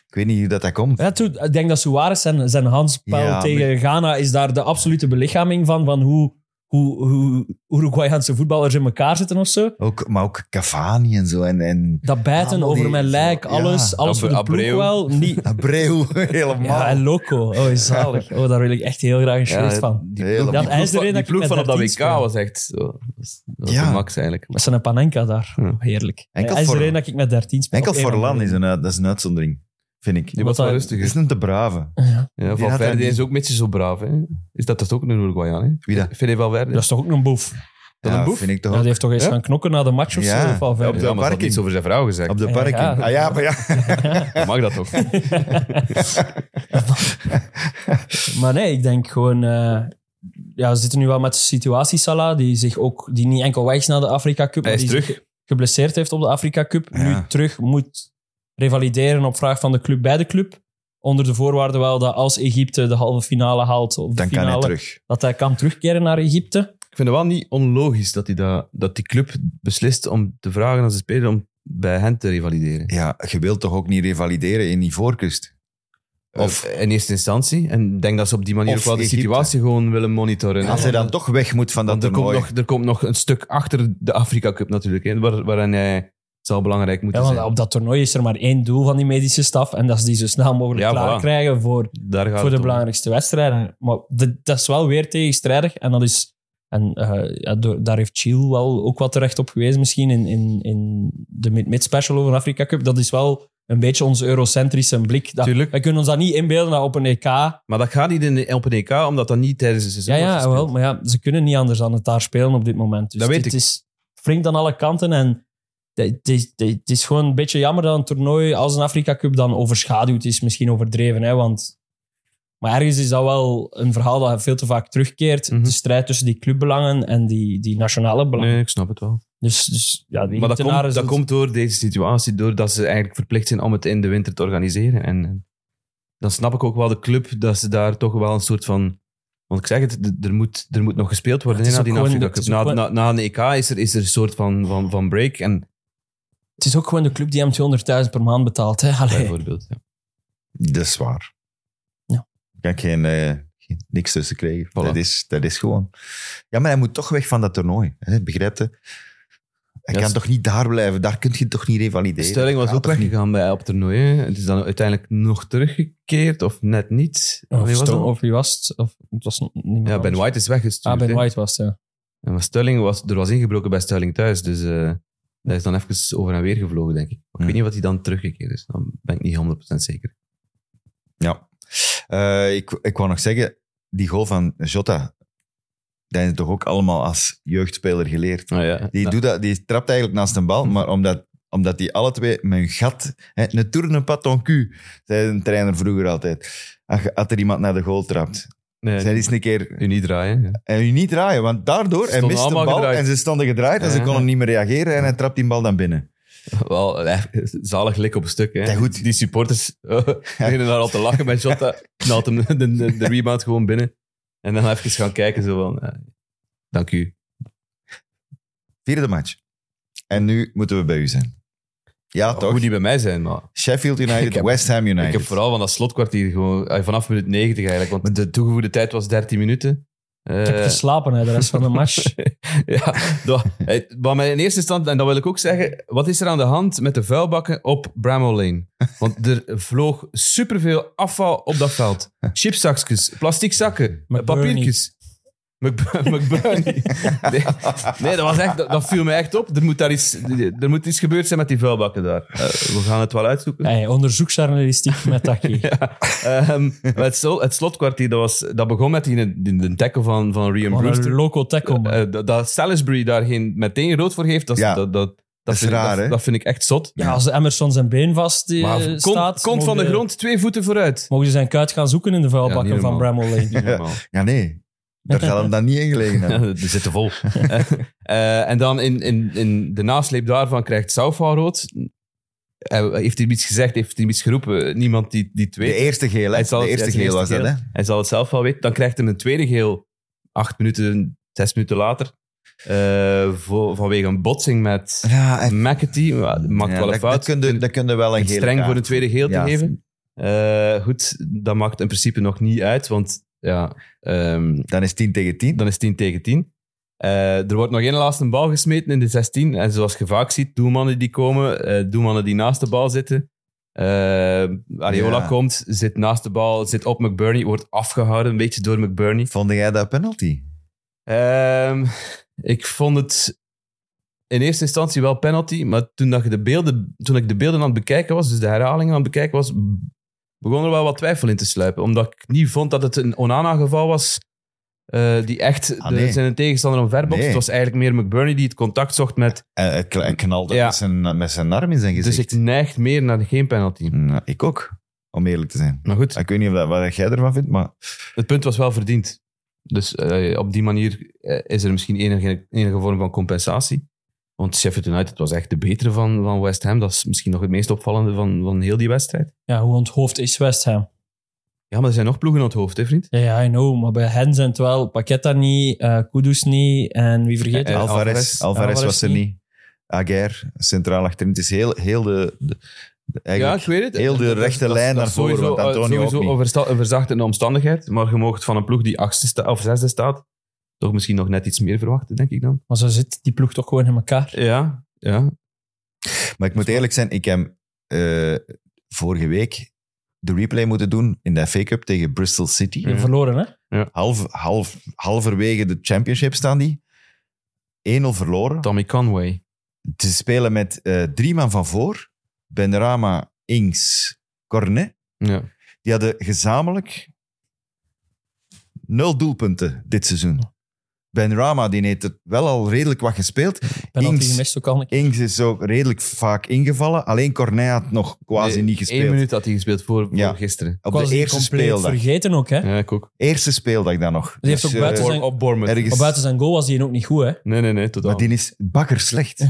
S3: Ik weet niet hoe dat, dat komt.
S5: ja, toen, ik denk dat Suarez zijn, zijn handspel
S3: Ja,
S5: tegen Ghana is daar de absolute belichaming van, van hoe, hoe, hoe Uruguayaanse voetballers in elkaar zitten of zo.
S3: Ook, maar ook Cavani en zo. En, en
S5: Dat bijten
S3: Allemaal
S5: over
S3: die-
S5: mijn lijk,
S3: ja,
S5: alles, alles voor de ploeg
S4: Abreu.
S5: wel. Niet.
S3: Abreu, helemaal.
S5: Ja, en Loco. Oh, is zalig. Oh, daar wil ik echt heel graag een shirt van.
S4: die
S3: Helemaal.
S5: Dat
S4: ploeg,
S5: is de
S4: van,
S5: reden
S4: die
S5: ik
S4: ploeg
S5: met
S4: van op dat
S5: 13
S4: WK
S5: speel.
S4: was echt zo. Dat was
S3: Ja.
S4: de max eigenlijk.
S5: Met zijn panenka daar.
S4: Ja.
S5: Oh, heerlijk.
S3: Enkel
S5: Hij is de
S3: voor-
S5: reden dat ik met 13 speel.
S3: Enkel
S5: Op een of
S3: Forlan
S5: andere
S3: is een, uit- dat is een uitzondering, vind ik.
S4: Die
S5: Wat
S4: was wel
S5: hij-
S3: Dat is
S4: rustiger.
S3: een te brave.
S4: Ja,
S3: had hij
S4: Valverde
S3: niet.
S4: is ook een beetje zo braaf. Hè? Is dat, dat is ook een Uruguayan? Hè?
S3: Wie dat?
S4: Fede Valverde.
S5: reden. Dat is toch ook een boef?
S4: Dat
S3: Ja,
S4: een boef?
S3: vind ik toch
S5: Ja,
S3: ook.
S5: die heeft toch eens
S4: Ja?
S5: gaan knokken na de match of
S3: Ja.
S5: zo? Of al verder?
S3: op de
S4: ja, maar dat had
S3: parking.
S4: iets over zijn vrouw gezegd.
S3: Op de
S5: Ja,
S3: parking.
S5: ja.
S3: Ah ja, maar ja.
S4: Mag dat toch?
S5: Maar nee, ik denk gewoon... eh, ja, we zitten nu wel met de situatie, Salah, die zich ook... Die niet enkel weg is naar de Afrika Cup.
S4: Hij
S5: maar
S4: is
S5: die zich
S4: terug.
S5: geblesseerd heeft op de Afrika Cup,
S3: Ja.
S5: nu terug moet revalideren op vraag van de club bij de club. Onder de voorwaarde wel dat als Egypte de halve finale haalt, of de
S3: Dan kan
S5: finale,
S3: hij terug.
S5: dat hij kan terugkeren naar Egypte.
S4: Ik vind het wel niet onlogisch dat die, dat, dat die club beslist om te vragen aan zijn speler om bij hen te revalideren.
S3: Ja, je wilt toch ook niet revalideren in die voorkust? Of-
S4: Eh, in eerste instantie. En ik denk dat ze op die manier
S3: Of
S4: ook wel de
S3: Egypte.
S4: situatie gewoon willen monitoren.
S3: Als hij dan toch weg moet van dat
S4: Want er komt,
S3: toernooi.
S4: nog, er komt nog een stuk achter de Afrika Cup natuurlijk, hè, waar, waarin hij zal belangrijk
S5: Ja,
S4: moeten
S5: want
S4: zijn.
S5: op dat toernooi is er maar één doel van die medische staf en dat is die zo snel mogelijk
S4: Ja,
S5: klaar
S4: voilà.
S5: krijgen voor,
S4: Daar gaat
S5: voor
S4: het
S5: de
S4: om.
S5: belangrijkste wedstrijden. Maar de- dat is wel weer tegenstrijdig en dat is... En eh, ja, door- daar heeft Chile wel ook wat terecht op gewezen, misschien in, in, in de mid-mid-special over Afrika Cup. Dat is wel een beetje onze eurocentrische blik. Dat,
S4: Tuurlijk.
S5: Wij kunnen ons dat niet inbeelden dat op een EK. Ja,
S4: Maar dat gaat niet in, op een EK, omdat dat niet tijdens de seizoen wordt
S5: ja,
S4: gespeeld.
S5: wel, maar ja, ze kunnen niet anders dan het daar spelen op dit moment. Dus
S4: Dat weet
S5: het
S4: ik.
S5: is flink aan alle kanten. En het is, het is gewoon een beetje jammer dat een toernooi als een Afrika Cup dan overschaduwd is. Misschien overdreven, hè, want... Maar ergens is dat wel een verhaal dat veel te vaak terugkeert.
S4: Mhm.
S5: De strijd tussen die clubbelangen en die, die nationale belangen.
S4: Nee, ik snap het wel.
S5: Dus, dus ja, die
S4: Maar dat,
S5: Egyptenaren
S4: komt, dat
S5: zullen-
S4: komt door deze situatie, doordat ze eigenlijk verplicht zijn om het in de winter te organiseren. En en dan snap ik ook wel de club dat ze daar toch wel een soort van. Want ik zeg het, d- er moet, er moet nog gespeeld worden
S5: Het
S4: hè,
S5: is
S4: na die
S5: ook gewoon-
S4: Afrika
S5: het
S4: Cup.
S5: is
S4: Na,
S5: ook
S4: na,
S5: gewoon-
S4: na een EK is er, is er een soort van, van, van break. En,
S5: Het is ook gewoon de club die hem 200.000 per maand betaalt. Hè. Allee.
S4: Bijvoorbeeld. Ja.
S3: Dat is waar.
S5: Ja.
S3: Kan ik geen, eh, geen- niks tussen krijgen. Dat, is, dat is gewoon. Ja, maar hij moet toch weg van dat toernooi. Hè? Begrijp je? Hij
S4: Ja,
S3: kan
S4: s-
S3: toch niet daar blijven? Daar kun je toch niet
S4: De
S3: revalideren?
S4: Sterling was
S3: Gaat
S4: ook
S3: toch niet?
S4: weggegaan bij op toernooi. hè. Het is dan uiteindelijk nog teruggekeerd of net niet.
S5: Of,
S4: Wie was
S5: Stone-
S4: dat?
S5: of wie was het? Of, het was n- niemand
S4: Ja, Ben
S5: anders.
S4: White is weggestuurd.
S5: Ah, Ben
S4: hè.
S5: White was het, ja.
S4: En maar Sterling was, er was ingebroken bij Sterling thuis, dus eh hij is dan even over en weer gevlogen, denk ik. Maar Ik
S3: Ja.
S4: weet niet wat hij dan teruggekeerd is. Dan ben ik niet 100% zeker.
S3: Ja. Eh, ik, ik wou nog zeggen, die goal van Jota, dat is toch ook allemaal als jeugdspeler geleerd.
S4: Ah, ja.
S3: Die,
S4: Ja.
S3: doet dat, die trapt eigenlijk naast een bal, maar omdat, omdat die alle twee met een gat... Hè, ne tourne pas ton cul, zei een trainer vroeger altijd. Als, je- als er iemand naar de goal trapt.
S4: Nee,
S3: Zij eens een keer...
S4: u niet draaien. ja.
S3: En u niet draaien, want daardoor... Hij
S4: Stonden
S3: mist de
S4: allemaal
S3: bal
S4: gedraaid.
S3: en ze stonden gedraaid en ze
S4: Ja.
S3: konden niet meer reageren en hij trapt die bal dan binnen.
S4: Wel, eh, zalig lik op een stuk. Hè.
S3: Ja, goed.
S4: Die supporters eh, beginnen daar al te lachen bij Jota. Knalt hem de, de, de rebound gewoon binnen. En dan even gaan kijken. Zo van, eh, dank u.
S3: Vierde match. En nu moeten we bij u zijn. Ja,
S4: Hoe
S3: toch?
S4: Moet niet bij mij zijn, maar...
S3: Sheffield United,
S4: Oh, Ik heb-
S3: West Ham United.
S4: Ik heb vooral van dat slotkwartier gewoon... eh, Vanaf minuut 90 eigenlijk, want de toegevoegde tijd was 13 minuten. Eh,
S5: Ik heb geslapen hè, de rest van de match.
S4: ja, dat, eh, wat mij in eerste instantie, en dat wil ik ook zeggen, wat is er aan de hand met de vuilbakken op Bramall Lane? Want er vloog superveel afval op dat veld. Chipszakjes, plastic zakken,
S5: McBurney.
S4: papiertjes. Mc- McBurney. Nee, nee, dat, was echt, dat, dat viel me echt op. Er moet, daar iets, er moet iets gebeurd zijn met die vuilbakken daar. Eh, we gaan het wel uitzoeken.
S5: Hey, onderzoeksjournalistiek met Taki.
S4: Ehm, maar het, slo- het slotkwartier, dat, was, dat begon met die, die, die tackle van, van Rian
S5: Wat
S4: Brewster.
S5: een local tackle, man.
S4: Eh, dat, dat Salisbury daar geen meteen rood voor geeft, dat, is-
S3: Ja.
S4: dat, dat, dat,
S3: is
S4: vind, ik-
S3: raar,
S4: dat,
S3: hè?
S4: dat vind ik echt zot.
S5: Ja, als Emerson zijn been vast eh,
S4: Maar komt
S5: staat...
S4: komt van de
S5: mogen-
S4: grond twee voeten vooruit.
S5: Mogen ze zijn kuit gaan zoeken in de
S4: Ja,
S5: vuilbakken
S4: niet
S5: van
S4: normaal.
S5: Bramall Lane.
S4: Niet normaal.
S3: Ja, nee. Daar zal hem dan niet in gelegen
S4: Ja,
S3: hebben.
S4: die zitten vol. Eh, eh, en dan in, in, in de nasleep daarvan krijgt Saufa rood. Eh, heeft hij iets gezegd? Heeft hij iets geroepen? Niemand die, die twee.
S3: De eerste geel, hè?
S4: Hij zal
S3: De
S4: het-
S3: eerste
S4: ja, zijn
S3: geel was
S4: eerste
S3: dat, hè?
S4: Hij zal het zelf wel weten. Dan krijgt hij een tweede geel, acht minuten, zes minuten later. eh, voor, vanwege een botsing met
S3: Ja, en-
S4: McAtee. Maar dat Mm, Maakt
S3: ja,
S4: wel een
S3: dat,
S4: fout.
S3: dat kun je- dat kun je wel een
S4: het
S3: geel
S4: streng voor een tweede geel te
S3: Ja.
S4: geven. Eh, goed, dat maakt in principe nog niet uit, want ja, ehm,
S3: Dan is 10 tegen 10.
S4: dan is 10 tegen 10. Eh, er wordt nog één laatste bal gesmeten in de 16. En zoals je vaak ziet, doelmannen die komen, eh doelmannen die naast de bal zitten. Eh, Areola
S3: Ja.
S4: komt, zit naast de bal, zit op McBurney, wordt afgehouden een beetje door McBurney.
S3: Vond jij dat penalty?
S4: Ehm, ik vond het in eerste instantie wel penalty, maar toen, dat je de beelden, toen ik de beelden aan het bekijken was, dus de herhalingen aan het bekijken was, b- begon er wel wat twijfel in te sluipen. Omdat ik niet vond dat het een Onana-geval was eh, die echt
S3: Ah,
S4: de-
S3: nee.
S4: zijn tegenstander omverbokst.
S3: Nee.
S4: Het was eigenlijk meer McBurney die het contact zocht met...
S3: Eh, Hij kla- hij knalde
S4: Ja.
S3: met, zijn, met zijn arm in zijn
S4: Dus
S3: gezicht.
S4: ik neigt meer naar geen penalty.
S3: Nou, ik ook, om eerlijk te zijn.
S4: Maar goed,
S3: Ik weet niet of dat, wat jij ervan vindt, maar
S4: het punt was wel verdiend. Dus eh, op die manier eh, is er misschien enige, enige vorm van compensatie. Want Sheffield United was echt de betere van, van West Ham. Dat is misschien nog het meest opvallende van, van heel die wedstrijd.
S5: Ja, hoe onthoofd is West Ham?
S4: Ja, maar er zijn nog ploegen aan het hoofd, hè vriend?
S5: Ja, ja, I know, maar bij hen zijn het wel Paqueta niet, eh Kudus niet en wie vergeet
S4: Eh,
S5: het?
S4: eh,
S3: Alvarez, Alvarez,
S4: Alvarez-
S3: was
S5: Alvarez
S3: er
S5: niet.
S3: niet. Aguer, centraal achterin. Het is heel, heel de... de- de- eigenlijk-
S4: weet het.
S3: heel de
S4: Dat- dat-
S3: rechte
S4: dat-
S3: lijn
S4: dat
S3: naar
S4: is
S3: voren,
S4: sowieso,
S3: want
S4: eh,
S3: Antonio ook
S4: sowieso
S3: niet.
S4: oversta- een verzachtende omstandigheid. Maar je mag van een ploeg die achtste sta- of zesde staat, toch misschien nog net iets meer verwachten, denk ik dan.
S5: Maar zo zit die ploeg toch gewoon in elkaar.
S4: Ja, ja.
S3: Maar ik moet eerlijk zijn, ik heb eh, vorige week de replay moeten doen in de FA Cup tegen Bristol City.
S5: Die hebben verloren, hè?
S3: half, half, halverwege de championship staan die. 1-0 verloren.
S4: Tommy Conway.
S3: Ze spelen met eh, drie man van voor. Benrama, Ings, Cornet.
S4: Ja.
S3: Die hadden gezamenlijk nul doelpunten dit seizoen. Benrama die heeft het wel al redelijk wat gespeeld.
S5: Penalty
S3: Ings.
S5: gemist ook al een keer.
S3: Ings is ook redelijk vaak ingevallen. Alleen Cornet had nog quasi
S4: Nee,
S3: niet
S4: Eén
S3: gespeeld.
S4: minuut had hij gespeeld voor, voor
S3: Ja.
S4: gisteren.
S3: Op
S5: Ik was
S3: de
S5: die
S3: eerste
S5: compleet
S3: speeldag.
S5: vergeten ook, hè?
S4: Ja, ik ook.
S3: Eerste speeldag dan nog.
S5: Die heeft ook
S3: eh,
S5: buiten zijn-
S4: Op Bournemouth.
S3: ergens-
S5: Maar buiten zijn goal was hij ook niet goed, hè?
S4: Nee, nee, nee, totaal.
S3: Maar die is bakker slecht.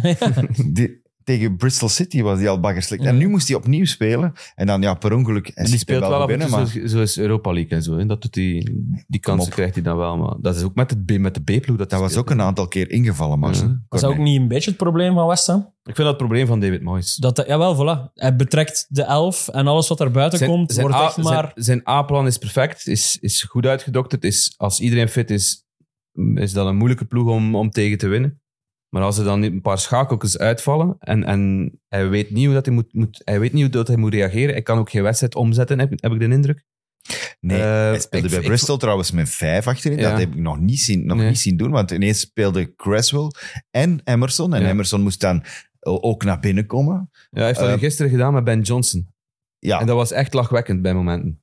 S3: Die- tegen Bristol City was hij al baggerslecht. En nu moest hij opnieuw spelen. En dan, ja, per ongeluk. Hij
S4: En die
S3: schiet hem
S4: speelt wel af en toe
S3: binnen, maar
S4: zo- zoals Europa League en zo. Hè. Dat doet die, die kansen
S3: op.
S4: krijgt hij dan wel. Maar dat is ook met, het B, met de B-ploeg. Dat,
S3: dat
S4: hij
S3: was
S4: speelt.
S3: ook een aantal keer ingevallen, maar
S4: Ja.
S3: zo.
S5: Was dat ook niet een beetje het probleem van West Ham?
S4: Ik vind dat het probleem van David Moyes.
S5: Dat, hij- jawel, voilà. Hij betrekt de elf en alles wat er buiten komt, wordt
S4: A-
S5: echt maar...
S4: zijn, zijn A-plan is perfect, is, is goed uitgedokterd. Is, als iedereen fit is, is dat een moeilijke ploeg om, om tegen te winnen. Maar als er dan een paar schakeltjes uitvallen en, en hij weet niet hoe dat hij moet, moet, hij weet niet hoe dat hij moet reageren, hij kan ook geen wedstrijd omzetten, heb, heb ik de indruk.
S3: Nee,
S4: Eh,
S3: hij speelde
S4: ik-
S3: bij
S4: ik-
S3: Bristol trouwens met vijf achterin.
S4: Ja.
S3: Dat heb ik nog, niet zien, nog
S4: Nee.
S3: niet zien doen, want ineens speelde Creswell en Emerson. En
S4: Ja.
S3: Emerson moest dan o- ook naar binnen komen.
S4: Ja, hij heeft dat
S3: Eh,
S4: nu gisteren gedaan met Ben Johnson.
S3: Ja,
S4: En dat was echt lachwekkend bij momenten.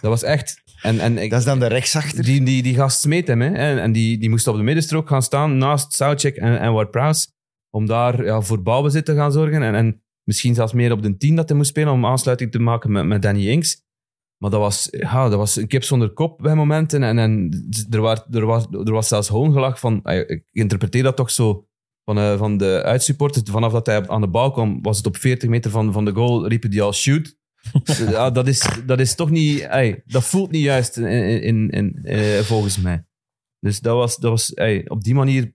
S4: dat was echt... En, en ik,
S3: dat is dan de rechtsachter.
S4: die, die, die gast smeet hem, hè. En, en die, die moest op de middenstrook gaan staan naast Soucek en, en Ward-Prowse. Om daar ja, voor balbezit te gaan zorgen. En, en misschien zelfs meer op de 10 dat hij moest spelen om aansluiting te maken met, met Danny Inks. Maar dat was, ja, dat was een kip zonder kop bij momenten. En, en er, was, er, was, er was zelfs hoongelach van... ah, Ik interpreteer dat toch zo van, eh, van de uitsupporters. Vanaf dat hij op- aan de bal kwam, was het op 40 meter van, van de goal, riepen die al shoot. ja, dat, is, dat is toch niet... ey, dat voelt niet juist in, in, in, eh, volgens mij. Dus dat was... Dat was ey, op die manier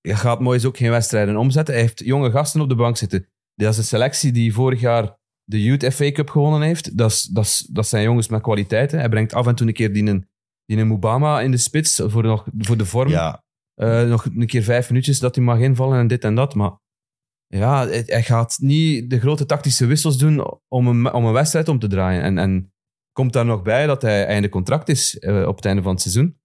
S4: ja, gaat Moyes ook geen wedstrijden omzetten. Hij heeft jonge gasten op de bank zitten. Dat is een selectie die vorig jaar de Youth FA Cup gewonnen heeft. Dat, is, dat, is, dat zijn jongens met kwaliteiten. Hij brengt af en toe een keer die een, die een Mubama in de spits voor, nog, voor de vorm.
S3: Ja,
S4: Eh, nog een keer vijf minuutjes dat hij mag invallen en dit en dat. Maar ja, hij, hij gaat niet de grote tactische wissels doen om een, om een wedstrijd om te draaien. En, en komt daar nog bij dat hij einde contract is eh, op het einde van het seizoen.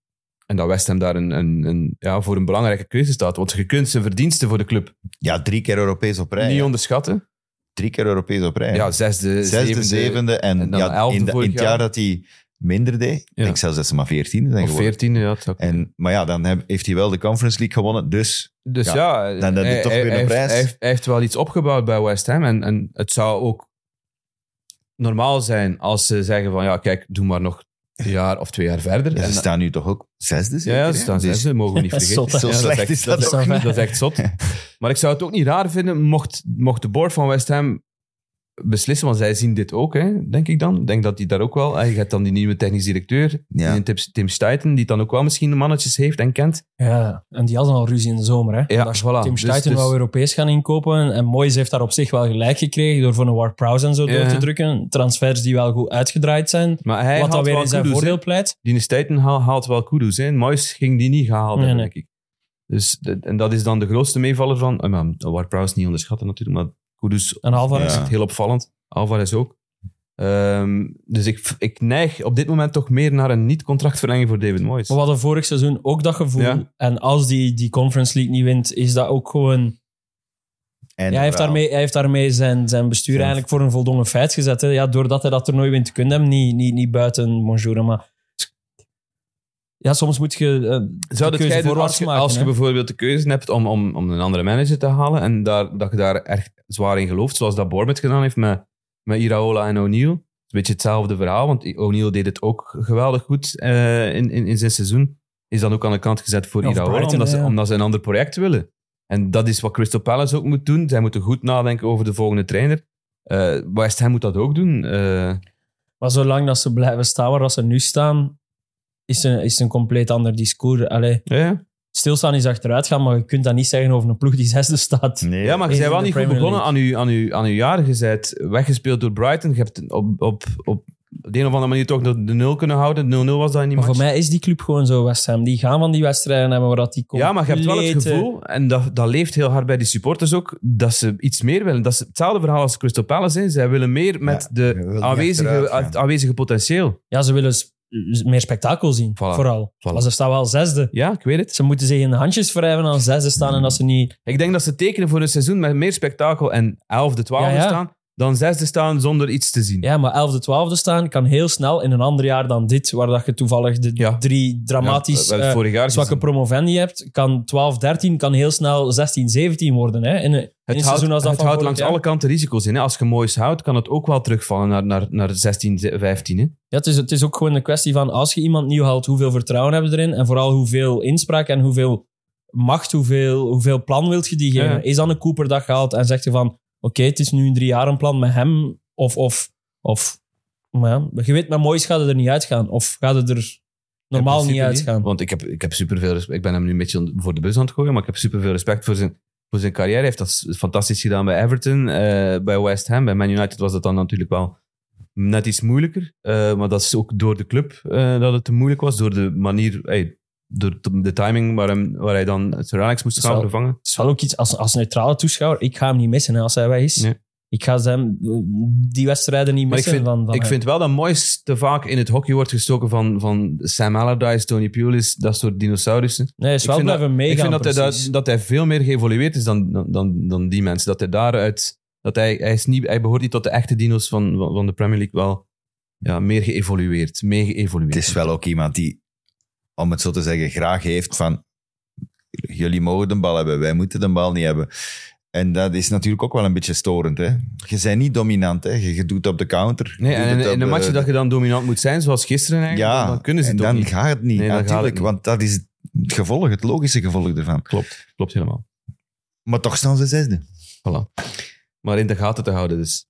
S4: En dat West Ham daar een, een, een, ja, voor een belangrijke keuze staat. Want je kunt zijn verdiensten voor de club
S3: ja, drie keer Europees op rij.
S4: niet
S3: hè.
S4: onderschatten.
S3: Drie keer Europees op rij.
S4: Ja, zesde,
S3: Zesde,
S4: zevende,
S3: zevende, en,
S4: en dan
S3: ja,
S4: elfde
S3: in, de-
S4: vorig
S3: in het
S4: jaar.
S3: jaar dat hij minder deed,
S4: Ja.
S3: denk ik zelfs dat ze maar veertiende zijn
S4: of
S3: geworden.
S4: veertiende. Ja, het zou kunnen.
S3: En, maar ja, dan heb- heeft hij wel de Conference League gewonnen, dus
S4: Dus
S3: Ja,
S4: ja,
S3: dan heb je
S4: hij,
S3: toch
S4: hij-
S3: weer een
S4: hij heeft-
S3: prijs.
S4: Hij heeft, hij heeft wel iets opgebouwd bij West Ham. En, en het zou ook normaal zijn als ze zeggen van ja, kijk, doe maar nog een jaar of twee jaar verder.
S3: ja, ze
S4: En-
S3: staan nu toch ook zesde?
S4: ja,
S3: zeker,
S4: ja,
S3: hè?
S4: ze staan
S3: Dus-
S4: zesde, mogen we niet
S5: Dat is
S4: vergeten.
S5: zot, hè?
S4: Ja,
S3: Zo
S4: is
S3: slecht
S4: echt-
S3: is dat
S4: dat,
S5: toch
S4: is-
S5: niet?
S4: dat is echt zot. Maar ik zou het ook niet raar vinden mocht, mocht de board van West Ham beslissen, want zij zien dit ook, hè, denk ik dan. Ik denk dat die daar ook wel... eh, Je hebt dan die nieuwe technisch directeur,
S3: Ja.
S4: die Tim, Tim Stuyten, die het dan ook wel misschien de mannetjes heeft en kent.
S5: Ja, en die hadden al ruzie in de zomer. Hè?
S4: Ja,
S5: Omdat
S4: voilà.
S5: Tim
S4: Dus-
S5: Stuyten
S4: dus-
S5: wou Europees gaan inkopen. En Moyes heeft daar op zich wel gelijk gekregen door voor een Ward Prowse en zo
S4: Ja.
S5: door te drukken. Transfers die wel goed uitgedraaid zijn.
S4: Maar hij
S5: wat dan
S4: haalt
S5: weer
S4: wel
S5: in zijn
S4: kudos, hè.
S5: voordeel pleit.
S4: Die Stuyten haal- haalt wel kudos in. Moyes ging die niet gehaald
S5: Nee,
S4: hebben,
S5: nee.
S4: denk ik. Dus de- en dat is dan de grootste meevaller van... eh, maar Ward Prowse niet onderschatten natuurlijk, maar kudos
S5: En Alvarez.
S3: Ja.
S4: is heel opvallend. Alvarez ook. Ehm, dus ik, ik neig op dit moment toch meer naar een niet-contractverlenging voor David Moyes.
S5: Maar we hadden vorig seizoen ook dat gevoel.
S4: Ja.
S5: En als die, die Conference League niet wint, is dat ook gewoon...
S3: En
S5: Ja, hij, heeft
S3: verhaal.
S5: daarmee, hij heeft daarmee zijn, zijn bestuur
S3: Ja.
S5: eigenlijk voor een voldongen feit gezet. Hè. Ja, doordat hij dat toernooi wint, kun je hem niet, niet, niet buiten bonjour. Maar ja, soms moet je... eh,
S4: Zou dat
S5: de keuze
S4: jij doen als
S5: voorwaarts
S4: je,
S5: maken,
S4: als je
S5: hè?
S4: bijvoorbeeld de keuze hebt om, om, om een andere manager te halen en daar, dat je daar erg zwaar in gelooft, zoals dat Bournemouth gedaan heeft met, met Iraola en O'Neill. Het is Een beetje hetzelfde verhaal, want O'Neill deed het ook geweldig goed eh, in, in, in zijn seizoen. Is dan ook aan de kant gezet voor
S5: Ja, of
S4: Iraola,
S5: Brighton,
S4: omdat, ze,
S5: ja.
S4: omdat ze een ander project willen. En dat is wat Crystal Palace ook moet doen. Zij moeten goed nadenken over de volgende trainer. Eh West Ham moet dat ook doen. Eh,
S5: Maar zolang dat ze blijven staan waar dat ze nu staan, is een, is een compleet ander discours. Allee,
S4: ja, ja.
S5: stilstaan is achteruit gaan, maar je kunt dat niet zeggen over een ploeg die zesde staat.
S3: Nee,
S4: Ja, maar je
S5: Is
S4: bent
S5: in
S4: wel
S5: de
S4: niet goed
S5: Premier
S4: begonnen aan uw, aan, uw, aan uw jaren. Je bent weggespeeld door Brighton. Je hebt op, op, op de een of andere manier toch de, de nul kunnen houden. 0-0 was dat in die
S5: Maar voor
S4: match.
S5: mij is die club gewoon zo, West Ham. Die gaan van die wedstrijden hebben waar dat die
S4: ja, maar je hebt wel het
S5: complete-
S4: gevoel, en dat, dat leeft heel hard bij die supporters ook, dat ze iets meer willen. Dat is hetzelfde verhaal als Crystal Palace. Hè. Zij willen meer met
S3: Ja, je wil
S4: de
S3: niet
S4: aanwezige,
S3: achteruit gaan.
S4: het aanwezige potentieel.
S5: Ja, ze willen s- meer spektakel zien, vooral. Maar ze staan wel zesde.
S4: Ja, ik weet het.
S5: Ze moeten zich in de handjes wrijven als zesde staan en dat ze niet...
S4: Ik denk dat ze tekenen voor een seizoen met meer spektakel en elfde, twaalfde
S5: Ja, ja.
S4: staan, dan zesde staan zonder iets te zien.
S5: Ja, maar elfde, twaalfde staan kan heel snel in een ander jaar dan dit, waar dat je toevallig de
S4: Ja.
S5: drie dramatisch...
S4: Ja, we hebben het
S5: eh,
S4: vorig jaar
S5: zwakke
S4: gezien.
S5: promovendi hebt, kan 12, 13 kan heel snel 16, 17 worden. Hè? In, een- in
S4: Het
S5: een
S4: houdt,
S5: seizoen als dat
S4: het
S5: van
S4: houdt
S5: vorig
S4: langs
S5: jaar.
S4: alle kanten risico's in. Hè. Als je moois houdt, kan het ook wel terugvallen naar, naar, naar 16, 15. Hè.
S5: Ja, het, is, het is ook gewoon een kwestie van als je iemand nieuw haalt, hoeveel vertrouwen hebben we erin? En vooral hoeveel inspraak en hoeveel macht, hoeveel, hoeveel plan wilt je die geven?
S4: Ja.
S5: Is dan een Cooper dat gehaald en zegt je van oké, het is nu een drie jaar een plan met hem of... of, of maar ja, je weet, met Moois gaat het er niet uitgaan. Of gaat het er
S4: In
S5: normaal
S4: principe
S5: niet uitgaan.
S4: Want ik heb, ik heb superveel respect. Ik ben hem nu een beetje voor de bus aan het gooien, maar ik heb superveel respect voor zijn, voor zijn carrière. Hij heeft dat fantastisch gedaan bij Everton, eh, bij West Ham. Bij Man United was dat dan natuurlijk wel net iets moeilijker. eh, maar dat is ook door de club eh, dat het te moeilijk was. Door de manier, hey, door t- de timing waar, hem, waar hij dan Sir Alex moest
S5: Zal-
S4: gaan vervangen.
S5: Het is wel ook iets, als, als neutrale toeschouwer, ik ga hem niet missen hè, als hij weg is.
S4: Nee.
S5: Ik ga hem, eh, die wedstrijden niet
S4: Maar ik
S5: missen.
S4: vind,
S5: van, van
S4: ik
S5: hem.
S4: vind wel dat Moyes te vaak in het hockey wordt gestoken van, van Sam Allardyce, Tony Pulis, dat soort dinosaurussen.
S5: nee, hij is
S4: ik
S5: wel
S4: vind
S5: blijven meegaan.
S4: ik vind dat hij, daar-
S5: precies.
S4: dat hij veel meer geëvolueerd is dan, dan- dan, dan die mensen. Dat hij daaruit... Dat hij, hij, is niet, hij behoort niet tot de echte dino's van, van, van de Premier League. Wel ja, meer geëvolueerd. Mee geëvolueerd.
S3: Het is wel ook iemand die, om het zo te zeggen, graag heeft van... Jullie mogen de bal hebben, wij moeten de bal niet hebben. En dat is natuurlijk ook wel een beetje storend. Hè? Je bent niet dominant, hè? Je, je doet op de counter.
S4: Nee,
S3: Je doet
S4: en
S3: het
S4: in,
S3: op
S4: in een match dat je dan dominant moet zijn, zoals gisteren eigenlijk,
S3: eh, Ja,
S4: dan, dan kunnen ze
S3: en
S4: het ook
S3: dan
S4: niet.
S3: gaat het niet,
S4: Nee, dan gaat
S3: natuurlijk.
S4: het niet.
S3: Want dat is het gevolg, het logische gevolg ervan.
S4: Klopt, klopt helemaal.
S3: Maar toch staan ze zesde.
S4: Voilà. Maar in de gaten te houden dus.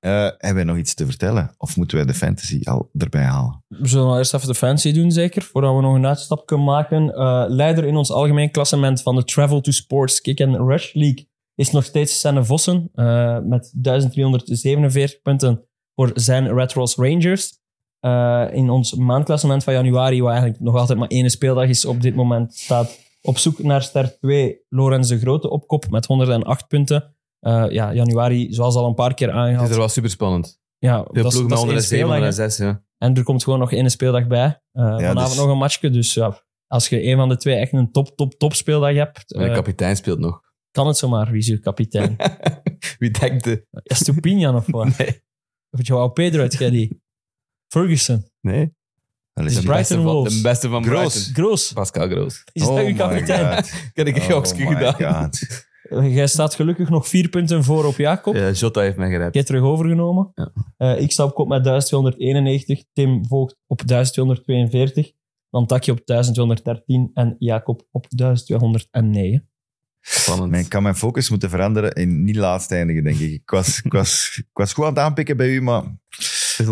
S3: Eh, hebben wij nog iets te vertellen? Of moeten wij de fantasy al erbij halen?
S5: We zullen wel eerst even de fancy doen, zeker, voordat we nog een uitstap kunnen maken. Eh, leider in ons algemeen klassement van de Travel to Sports Kick and Rush League is nog steeds Senne Vossen eh, met 1347 punten voor zijn Red Ross Rangers. Eh, in ons maandklassement van januari, waar eigenlijk nog altijd maar één speeldag is op dit moment, staat op zoek naar ster 2 Lorenz de Grote op kop met 108 punten. Eh, ja, januari, zoals al een paar keer
S4: Het is
S5: aangehaald.
S4: er wel super spannend.
S5: Ja,
S4: Veel
S5: dat is,
S4: ploegen met
S5: dat is
S4: onder
S5: één
S4: de 7, onder
S5: speeldag.
S4: de
S5: hè.
S4: 6. Ja.
S5: En er komt gewoon nog één speeldag bij. Eh, vanavond
S3: dus-
S5: nog een matchje. Dus ja, als je een van de twee echt een top, top, top speeldag hebt,
S4: En de
S5: eh,
S4: kapitein speelt nog.
S5: kan het zomaar. Wie is uw kapitein?
S4: Wie denkt de...
S5: Ja, Stupinian of wat?
S4: Nee.
S5: Of Joao Pedro, het jij die? Ferguson.
S4: Nee.
S3: Wel
S5: is
S3: eens-
S5: de Brighton
S4: Dus beste van,
S5: Wolves.
S4: de beste van
S3: Groos.
S4: Brighton.
S5: Groos.
S4: Pascal Groos.
S5: Is dat uw
S3: Oh my
S5: kapitein?
S3: God.
S4: Ken ik
S3: Oh
S4: een oh
S3: my
S4: gedaan.
S3: God.
S5: Jij staat gelukkig nog vier punten voor op Jacob.
S4: Ja, Jota heeft mij gered.
S5: Jij terug overgenomen.
S4: Ja.
S5: Eh, ik sta op kop met 1291. Tim volgt op 1242. Dan Takje op 1213 en Jacob op 1209.
S4: Spannend.
S3: Maar ik kan mijn focus moeten veranderen en niet laatst eindigen, denk ik. Ik was, ik was, ik was goed aan het aanpikken bij u, maar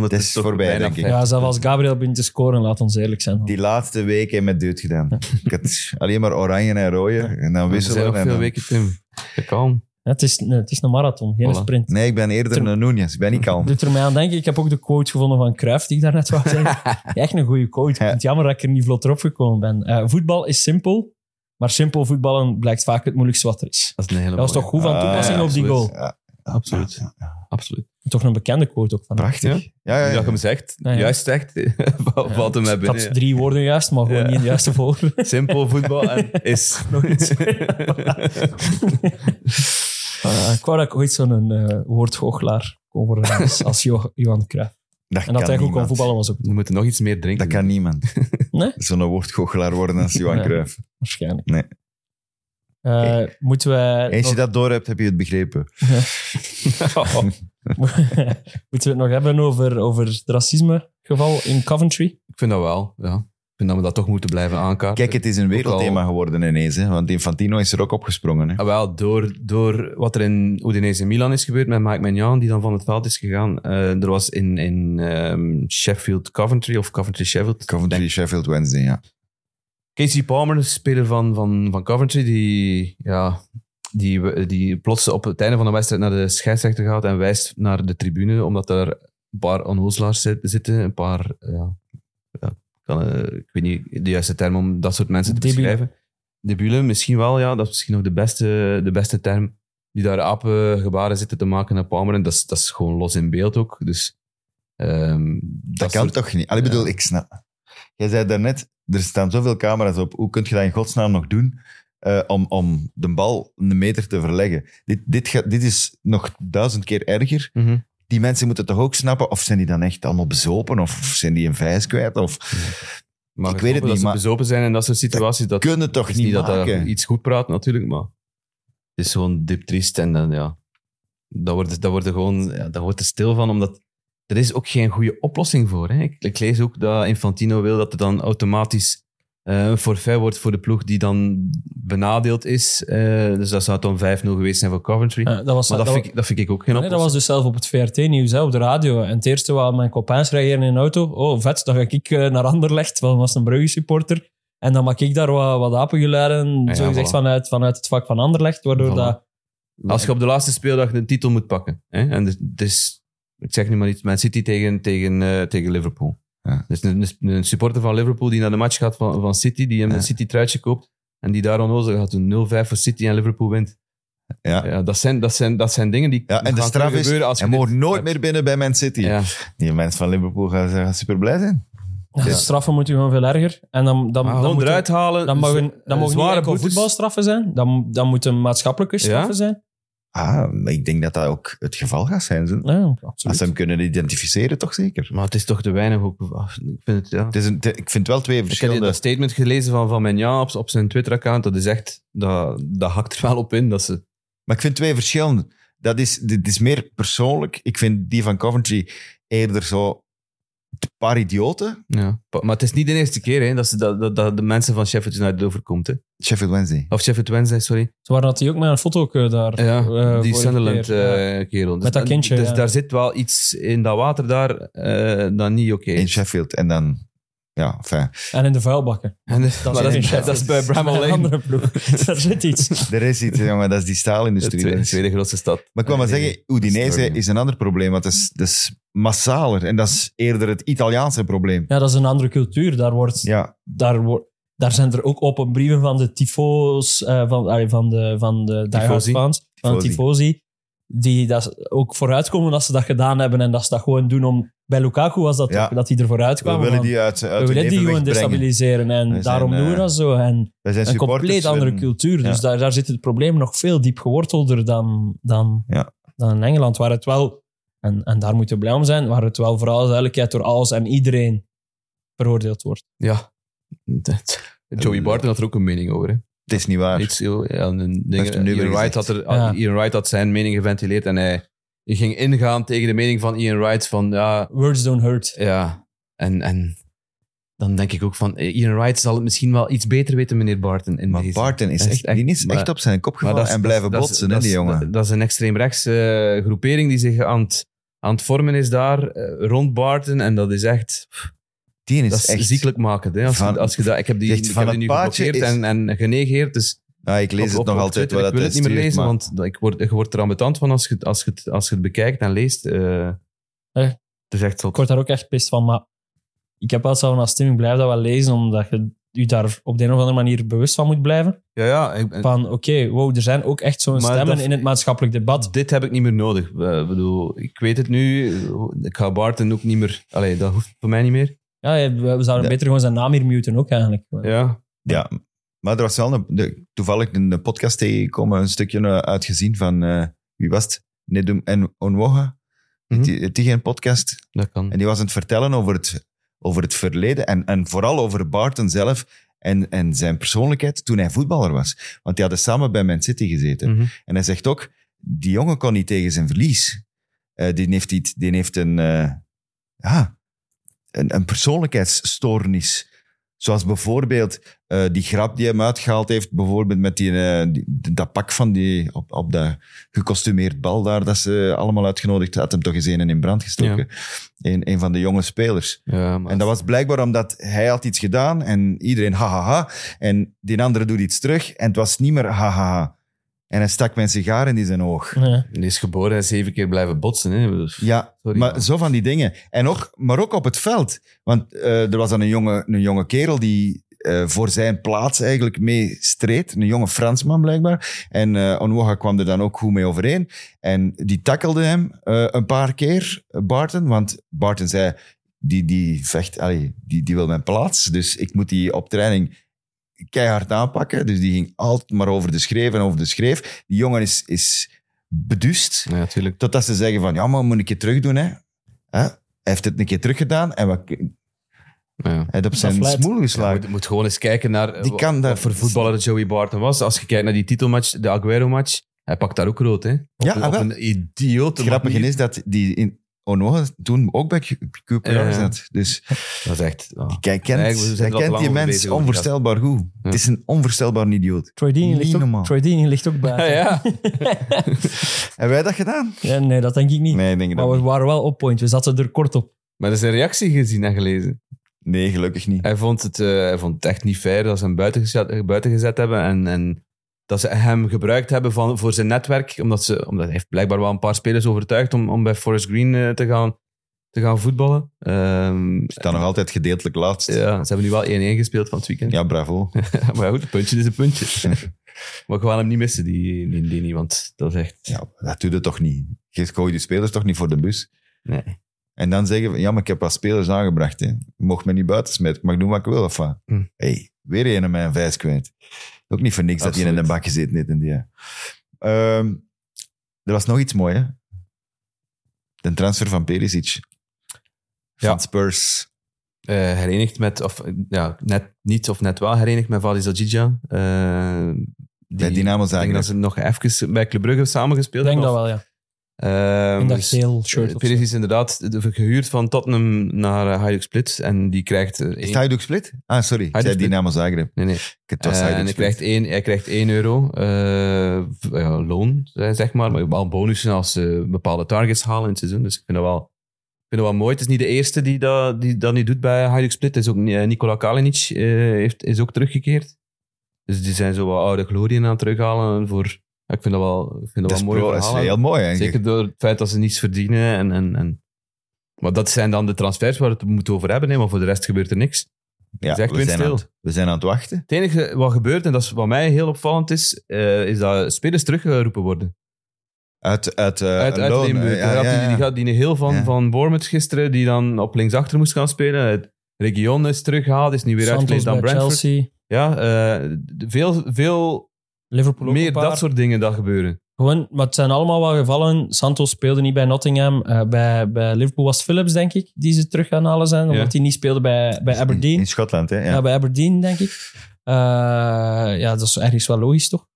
S3: het is
S4: toch
S3: voorbij,
S4: bijna
S3: denk ik.
S4: vijf.
S5: Ja, zelfs als Gabriel begint te scoren, laat ons eerlijk zijn.
S3: Die laatste week heeft mij deut gedaan. Ik had alleen maar oranje en rode en dan
S4: Er zijn
S3: wisselen.
S4: nog
S3: en
S4: veel
S3: dan-
S4: weken, Tim. Ja, Kalm.
S5: Ja, het, is, nee, het is een marathon, geen
S4: Voilà.
S5: sprint.
S3: Nee, ik ben eerder een Nunez. Ik ben niet kalm.
S5: Doet er mij aan denken. Ik heb ook de quote gevonden van Cruijff, die ik daarnet wou zeggen. Echt een goede quote. Ik vind het jammer dat ik er niet vlot erop gekomen ben. Eh, voetbal is simpel, maar simpel voetballen blijkt vaak het moeilijkste wat er is.
S4: Dat is een hele
S5: Dat was toch
S4: mooie.
S5: goed van
S3: Ah,
S5: toepassing
S4: ja,
S5: op die
S4: absoluut.
S5: goal.
S3: Ja,
S4: Absoluut. Absoluut.
S5: Toch een bekende quote ook van hem.
S3: prachtig. Ja, ja,
S4: Nu
S3: ja.
S4: dat je hem zegt,
S5: Ja, ja.
S4: juist zegt, valt valt hem
S5: Ik
S4: hebben.
S5: had drie woorden juist, maar gewoon
S4: Ja.
S5: niet in de juiste volgorde.
S4: Simpel voetbal en is.
S5: Nog iets. Eh, ik wou dat ik ooit zo'n eh woordgoochelaar kon worden als, als Jo- Johan Cruijff.
S3: Dat
S5: En
S3: kan
S5: dat hij goed kon
S3: niemand.
S5: voetballen was ook
S4: We moeten nog iets meer
S3: Dat
S4: drinken.
S3: kan niemand.
S5: Nee?
S3: Zo'n woordgoochelaar worden als Johan
S5: Nee.
S3: Cruijff.
S5: waarschijnlijk.
S3: Nee.
S5: Eh, Moeten we...
S3: Eens je dat door hebt, heb je het begrepen.
S5: Moeten we het nog hebben over, over het racismegeval in Coventry?
S4: Ik vind dat wel, ja. Ik vind dat we dat toch moeten blijven aankaarten.
S3: Kijk, het is een wereldthema geworden ineens. Hè? Want Infantino is er ook opgesprongen. Hè?
S4: Ah, wel, door, door wat er in Udinese Milan is gebeurd met Mike Maignan, die dan van het veld is gegaan. Eh, er was in, in ehm, Sheffield Coventry, of Coventry Sheffield.
S3: Coventry, Sheffield Wednesday, ja.
S4: Casey Palmer, de speler van, van, van Coventry, die, ja, die, die plots op het einde van de wedstrijd naar de scheidsrechter gaat en wijst naar de tribune, omdat daar een paar onnozelaars zit- zitten, een paar... Ja, ja, ik kan, eh, ik weet niet de juiste term om dat soort mensen te
S5: Debielen.
S4: beschrijven. Debulen, misschien wel, ja. Dat is misschien nog de beste, de beste term. Die daar apen gebaren zitten te maken naar Palmer. En dat is, dat is gewoon los in beeld ook. Dus, ehm,
S3: Dat, kan
S4: soort-
S3: toch niet? Allee,
S4: Ja.
S3: bedoel, ik snap. Jij zei daarnet, er staan zoveel camera's op. Hoe kun je dat in godsnaam nog doen eh, om, om de bal een meter te verleggen? Dit, dit, gaat, dit is nog duizend keer erger.
S4: Mhm.
S3: Die mensen moeten toch ook snappen, of zijn die dan echt allemaal bezopen, of zijn die een vijs kwijt, of
S4: Maar
S3: Ik
S4: ik
S3: weet het
S4: weet dat
S3: niet,
S4: ze
S3: maar-
S4: bezopen zijn en dat soort situaties. Dat,
S3: kunnen toch
S4: Het
S3: niet,
S4: is niet dat eh,
S3: maken?
S4: hij iets goed praat, natuurlijk, maar het is gewoon dieptriest en dan, ja, dat wordt, dat wordt er gewoon, ja, daar wordt er stil van, omdat er is ook geen goede oplossing voor. Hè. Ik, ik lees ook dat Infantino wil dat er dan automatisch eh, een forfait wordt voor de ploeg die dan benadeeld is. Eh, dus dat zou dan 5-0 geweest zijn voor Coventry.
S5: Eh, dat was,
S4: maar dat,
S5: dat
S4: vind ik, dat vind ik ook geen
S5: wa- nee, dat
S4: oplossing.
S5: was dus zelf op het VRT-nieuws, op de radio. En het eerste waar mijn copains reageren in de auto, oh vet, dan ga ik eh, naar Anderlecht, want ik was een Brugge-supporter. En dan maak ik daar wat, wat apengeluiden,
S4: Ah ja,
S5: zo gezegd,
S4: voilà.
S5: vanuit, vanuit het vak van Anderlecht, waardoor
S4: Voilà.
S5: dat...
S4: Als je op de laatste speeldag de titel moet pakken. Hè? En het is, ik zeg nu maar iets, Man City tegen, tegen, eh, tegen Liverpool.
S3: Ja.
S4: Dus een, een supporter van Liverpool die naar de match gaat van, van City, die hem
S3: Ja.
S4: een City-truitje koopt en die daar onnozel gaat doen. 0-5 voor City en Liverpool wint.
S3: Ja.
S4: Ja, dat, zijn, dat, zijn, dat zijn dingen die
S3: Ja, en de
S4: gaan
S3: straf is,
S4: gebeuren als je
S3: hij
S4: dit-
S3: mocht nooit meer binnen bij Man City.
S4: Ja.
S3: Die mensen van Liverpool gaan, gaan super blij zijn.
S5: Ja, de straffen moeten gewoon veel erger. En dan, dan,
S4: Maar
S5: dan,
S4: gewoon
S5: moeten-
S4: eruit halen. Dus, eh,
S5: dan mogen, dan mogen niet
S4: zware
S5: enkel
S4: boetes.
S5: voetbalstraffen zijn. Dan, dan moeten maatschappelijke straffen zijn.
S3: Ah, maar ik denk dat dat ook het geval gaat zijn. Ze.
S5: Ja,
S3: Als
S5: absoluut.
S3: ze hem kunnen identificeren, toch zeker.
S4: Maar het is toch te weinig ook. Ah, Ik vind het, ja.
S3: Het is een, te- ik vind wel twee
S4: Ik heb
S3: verschillende...
S4: dat statement gelezen van, van Menja op, op zijn Twitter-account. Dat is echt, dat, dat hakt er wel op in. Dat ze,
S3: Maar ik vind twee verschillende. Dat is, dit is meer persoonlijk. Ik vind die van Coventry eerder zo een paar idioten.
S4: ja. Pa- Maar het is niet de eerste keer hè, dat, ze, dat, dat, dat de mensen van Sheffield United overkomt. Hè.
S3: Sheffield Wednesday.
S4: Of Sheffield Wednesday, sorry.
S5: Ze waren dat die ook met een foto ook, eh, daar.
S4: Ja,
S5: eh, vorige
S4: die Sunderland
S5: keer. Ja.
S4: eh, kerel. Dus
S5: Met dat
S4: dan-
S5: kindje,
S4: Dus
S5: ja.
S4: daar zit wel iets in dat water daar eh dat niet oké
S3: In
S4: is.
S3: Sheffield. En dan... Ja, enfin.
S5: En in de vuilbakken.
S4: En dus- maar
S5: zit
S4: dat,
S5: in
S4: is, dat
S5: Sheffield.
S4: is bij Bramall
S5: Een
S4: Lane.
S5: andere ploeg. Daar zit iets.
S3: Er is iets, jongen. Dat is die
S4: De
S3: staalindustrie.
S4: tweede,
S3: Dat is-
S4: tweede grootste stad.
S3: Maar ik wil maar
S4: Eh,
S3: zeggen, Udinese
S4: sorry.
S3: is een ander probleem. Want dat is, dat is massaler. En dat is eerder het Italiaanse probleem.
S5: Ja, dat is een andere cultuur. Daar, wordt,
S3: Ja,
S5: daar, wordt, daar zijn er ook open brieven van de tyfo's, eh, van, allee, van de, van de diehard
S4: Tifosi.
S5: fans, van de
S3: Tifosi.
S5: tyfosi, die dat ook vooruitkomen als ze dat gedaan hebben en dat ze dat gewoon doen om... Bij Lukaku was dat
S3: Ja.
S5: ook, dat die er vooruit
S3: we
S5: kwamen.
S3: willen
S5: van,
S3: die uit, uit
S5: we
S3: hun
S5: willen die gewoon
S3: evenwicht brengen.
S5: destabiliseren en
S3: zijn,
S5: daarom doen we
S3: eh,
S5: dat zo. En
S3: Wij zijn
S5: een compleet andere
S3: en-
S5: cultuur. Dus
S3: ja.
S5: daar, daar zit het probleem nog veel diep gewortelder dan, dan,
S3: Ja.
S5: dan in Engeland, waar het wel, en, en daar moeten we blij om zijn, waar het wel vooral duidelijkheid door alles en iedereen veroordeeld wordt.
S4: Ja. Dat- Joey Barton had er ook een mening over. Hè.
S3: Het is niet waar.
S4: Iets heel, ja, een ding,
S3: heeft hem nu weer
S4: Ian, Wright
S3: gezegd.
S4: had er,
S5: Ja.
S4: Ian Wright had zijn mening geventileerd en hij, hij ging ingaan tegen de mening van Ian Wright van ja,
S5: Words don't hurt.
S4: ja. En, en dan denk ik ook van eh, Ian Wright zal het misschien wel iets beter weten, meneer Barton. In
S3: Maar
S4: deze.
S3: Barton is
S4: Dat is
S3: echt,
S4: echt-
S3: die is
S4: maar-
S3: echt op zijn kop
S4: Maar
S3: gevallen
S4: is-
S3: en blijven
S4: dat is-
S3: botsen,
S4: dat
S3: hè,
S4: is-
S3: die jongen.
S4: Dat, dat is een extreemrechtse eh, groepering die zich aan het, aan het vormen is daar eh, rond Barton. En dat is echt,
S3: die is,
S4: dat is
S3: echt...
S4: ziekelijk makend. Hè? Als, je-
S3: Van-
S4: als je dat, ik heb die,
S3: echt
S4: ik
S3: van
S4: heb die
S3: het
S4: nu
S3: paadje
S4: geblokkeerd en, en genegeerd. Dus
S3: Ah, ik lees
S4: op-
S3: het
S4: op-
S3: nog
S4: op
S3: altijd
S4: Twitter.
S3: wat
S4: Ik wil
S3: hij
S4: het niet meer
S3: stuurt,
S4: lezen,
S3: maar-
S4: want dat- ik word, je wordt er ambetant van als je, het- als je, het, als je het bekijkt en leest. eh
S5: Eh.
S4: Het is echt zot.
S5: Ik word daar ook echt pist van, maar ik heb altijd zo van als Tim, ik blijf dat wel lezen, omdat je je daar op de een of andere manier bewust van moet blijven.
S4: Ja, ja. ik-
S5: Van oké, wow, er zijn ook echt zo'n
S4: Maar
S5: stemmen
S4: dat-
S5: in het maatschappelijk debat.
S4: dit heb ik niet meer nodig. Eh, Ik bedoel, ik weet het nu. Ik ga Barton ook niet meer... Allee, dat hoeft voor mij niet meer.
S5: Ja, we- we zouden
S3: Ja.
S5: beter gewoon zijn naam hier muten ook eigenlijk.
S4: Ja.
S3: Ja, maar er was wel een, de- toevallig een, een podcast tegengekomen, een stukje eh, uitgezien van, eh, wie was het? Nedum en Onwoha.
S4: Mhm.
S3: Die, die geen podcast.
S4: Dat kan.
S3: En die was aan het vertellen over het, over het verleden en, en vooral over Barton zelf en, en zijn persoonlijkheid toen hij voetballer was. Want die hadden samen bij Man City gezeten.
S4: Mhm.
S3: En hij zegt ook, die jongen kon niet tegen zijn verlies. Eh, die, heeft iets, die heeft een, eh, ja, een, een persoonlijkheidsstoornis. Zoals bijvoorbeeld eh, die grap die hem uitgehaald heeft, bijvoorbeeld met die, eh, die- dat pak van die, op, op dat gekostumeerd bal daar, dat ze allemaal uitgenodigd had hem toch eens een in brand gestoken. Een, een van de jonge spelers.
S4: Ja, maar
S3: En dat was blijkbaar omdat hij had iets gedaan en iedereen ha ha ha. En die andere doet iets terug en het was niet meer ha ha ha. En hij stak mijn sigaar in zijn oog.
S5: Ja.
S4: die is geboren en zeven keer blijven botsen. Hè. Dus-
S3: Ja,
S4: Sorry,
S3: maar
S4: man.
S3: zo van die dingen. En ook, maar ook op het veld. Want eh, er was dan een jonge, een jonge kerel die eh, voor zijn plaats eigenlijk mee streed. Een jonge Fransman blijkbaar. En eh Onwoha kwam er dan ook goed mee overeen. En die tackelde hem eh, een paar keer, eh, Barton. Want Barton zei, die, die vecht, allee, die, die wil mijn plaats. Dus ik moet die op training keihard aanpakken. Dus die ging altijd maar over de schreef en over de schreef. Die jongen is, is beduust.
S4: Ja, natuurlijk.
S3: Totdat ze zeggen van, ja, maar moet ik een keer terug doen, hè. hè? Hij heeft het een keer teruggedaan en wat- hij
S4: Ja.
S3: heeft op zijn
S5: vlijt.
S3: smoel
S4: Je
S3: geslagen.
S4: moet, moet gewoon eens kijken naar eh,
S3: Die
S4: wa-
S3: kan
S4: wat,
S3: daar-
S4: voor voetballer Joey Barton was. Als je kijkt naar die titelmatch, de Aguero-match, hij pakt daar ook rood. Hè? Op
S3: Ja,
S4: een,
S3: ah,
S4: op
S3: wel.
S4: een idiote
S3: Het grappige
S4: manier.
S3: is dat die in Onoa toen ook bij Cu- Cooper
S4: Ja, ja.
S3: zat. Dus
S4: Dat is echt... ah.
S3: hij kent,
S4: Eigenlijk, we zijn
S3: hij
S4: er al
S3: kent
S4: lang
S3: die
S4: over
S3: mens
S4: bezig, over
S3: onvoorstelbaar goed. Het is een onvoorstelbaar idioot.
S5: Troy Deeney
S3: Niet
S5: ligt, ook-
S3: normaal.
S5: Troy Deeney ligt ook
S4: Ja,
S5: bij.
S4: ja.
S3: Hebben wij dat gedaan?
S5: Ja, nee, dat denk ik niet.
S3: Nee, ik denk
S5: maar
S3: dat
S5: we
S3: niet.
S5: waren wel op point. We zaten er kort op.
S4: Maar er is een reactie gezien en gelezen.
S3: Nee, gelukkig niet.
S4: Hij vond het, eh, hij vond het echt niet fair dat ze hem buiten gezet, buiten gezet hebben en, en dat ze hem gebruikt hebben van, voor zijn netwerk. Omdat, ze, omdat hij heeft blijkbaar wel een paar spelers overtuigd om, om bij Forest Green eh, te gaan. te gaan voetballen. Ehm,
S3: Staan nog altijd gedeeltelijk laatst. Ja,
S4: ja, ze hebben nu wel 1-1 gespeeld van het weekend.
S3: bravo.
S4: maar ja, goed, een puntje is een puntje. maar we gaan hem niet missen, die, die Lini, want dat is echt...
S3: Ja, dat doe je toch niet. Je gooit die spelers toch niet voor de bus.
S4: Nee.
S3: En dan zeggen van, ja, maar ik heb wat spelers aangebracht. Hè. Je mocht me niet buiten smijten. Ik mag doen wat ik wil, of wat?
S4: Hm.
S3: hey, weer een aan mijn vijs kwijt. Ook niet voor niks dat hij in
S4: Absoluut.
S3: de bak gezeten heeft in die. Ehm, er was nog iets moois, hè. De transfer van Perisic. Van
S4: Ja.
S3: Spurs.
S4: Eh, herenigd met, of eh, ja, net niet of net wel herenigd met Valis Adjidja. Eh,
S3: Bij
S4: die, ik
S3: Dynamo
S4: denk
S3: Zagreb.
S4: dat ze nog even bij Club Brugge
S5: Ik
S4: samengespeeld
S5: denk dat
S4: hebben.
S5: wel, ja.
S4: Ehm,
S5: In dat
S4: dus-
S5: geel shirt. of zo.
S4: Perisic is inderdaad de- gehuurd van Tottenham naar eh, Hajduk Split. En die krijgt... eh,
S3: Is
S4: één-
S3: het Hajduk Split? Ah, sorry. Ik zei
S4: Split.
S3: Dynamo Zagreb.
S4: Nee, nee.
S3: Het was
S4: Eh,
S3: Hajduk
S4: en hij
S3: Split.
S4: krijgt, één, hij krijgt 1 euro eh, v- ja, loon, eh, zeg maar. Maar wel bonussen als ze bepaalde targets halen in het seizoen. Dus ik vind dat wel, ik vind dat wel mooi. Het is niet de eerste die dat, die dat nu doet bij Hajduk Split. Het Is ook, eh, Nikola Kalinic eh, heeft, is ook teruggekeerd. Dus die zijn zo wat oude glorieën aan het terughalen. Voor, ja, ik vind dat wel, ik vind dat
S3: Dat
S4: wel
S3: is,
S4: een mooie
S3: pro- dat is
S4: verhalen.
S3: heel mooi, hè.
S4: Zeker door het feit dat ze niets verdienen. En, en, en. Maar dat zijn dan de transfers waar we het moet over hebben. Hè, maar voor de rest gebeurt er niks.
S3: Ja,
S4: het is echt
S3: we, zijn aan,
S4: windstil.
S3: het- we zijn aan het wachten.
S4: Het enige wat gebeurt, en dat is wat mij heel opvallend is, eh, is dat spelers teruggeroepen worden.
S3: Uit, uit, eh,
S4: uit uit
S3: loon,
S4: Limburg.
S3: eh, ja,
S4: Je had
S3: ja,
S4: die,
S3: ja.
S4: die, gaat die heel van,
S3: Ja.
S4: van Bournemouth gisteren, die dan op linksachter moest gaan spelen. Het Region is teruggehaald, is nu weer
S5: Santos
S4: uitgeleend aan
S5: bij
S4: Brentford.
S5: Chelsea,
S4: Ja, eh, d- veel, veel
S5: Liverpool ook
S4: meer
S5: een paar.
S4: dat soort dingen dat gebeuren.
S5: Gewoon, maar het zijn allemaal wel gevallen. Santos speelde niet bij Nottingham. Eh, bij, bij Liverpool was het Phillips, denk ik, die ze terug gaan halen zijn. Omdat
S4: Ja.
S5: hij niet speelde bij, bij
S3: In,
S5: Aberdeen.
S3: in Schotland, hè? Ja.
S5: Ja. bij Aberdeen, denk ik. Eh, ja, dat is ergens wel logisch, toch?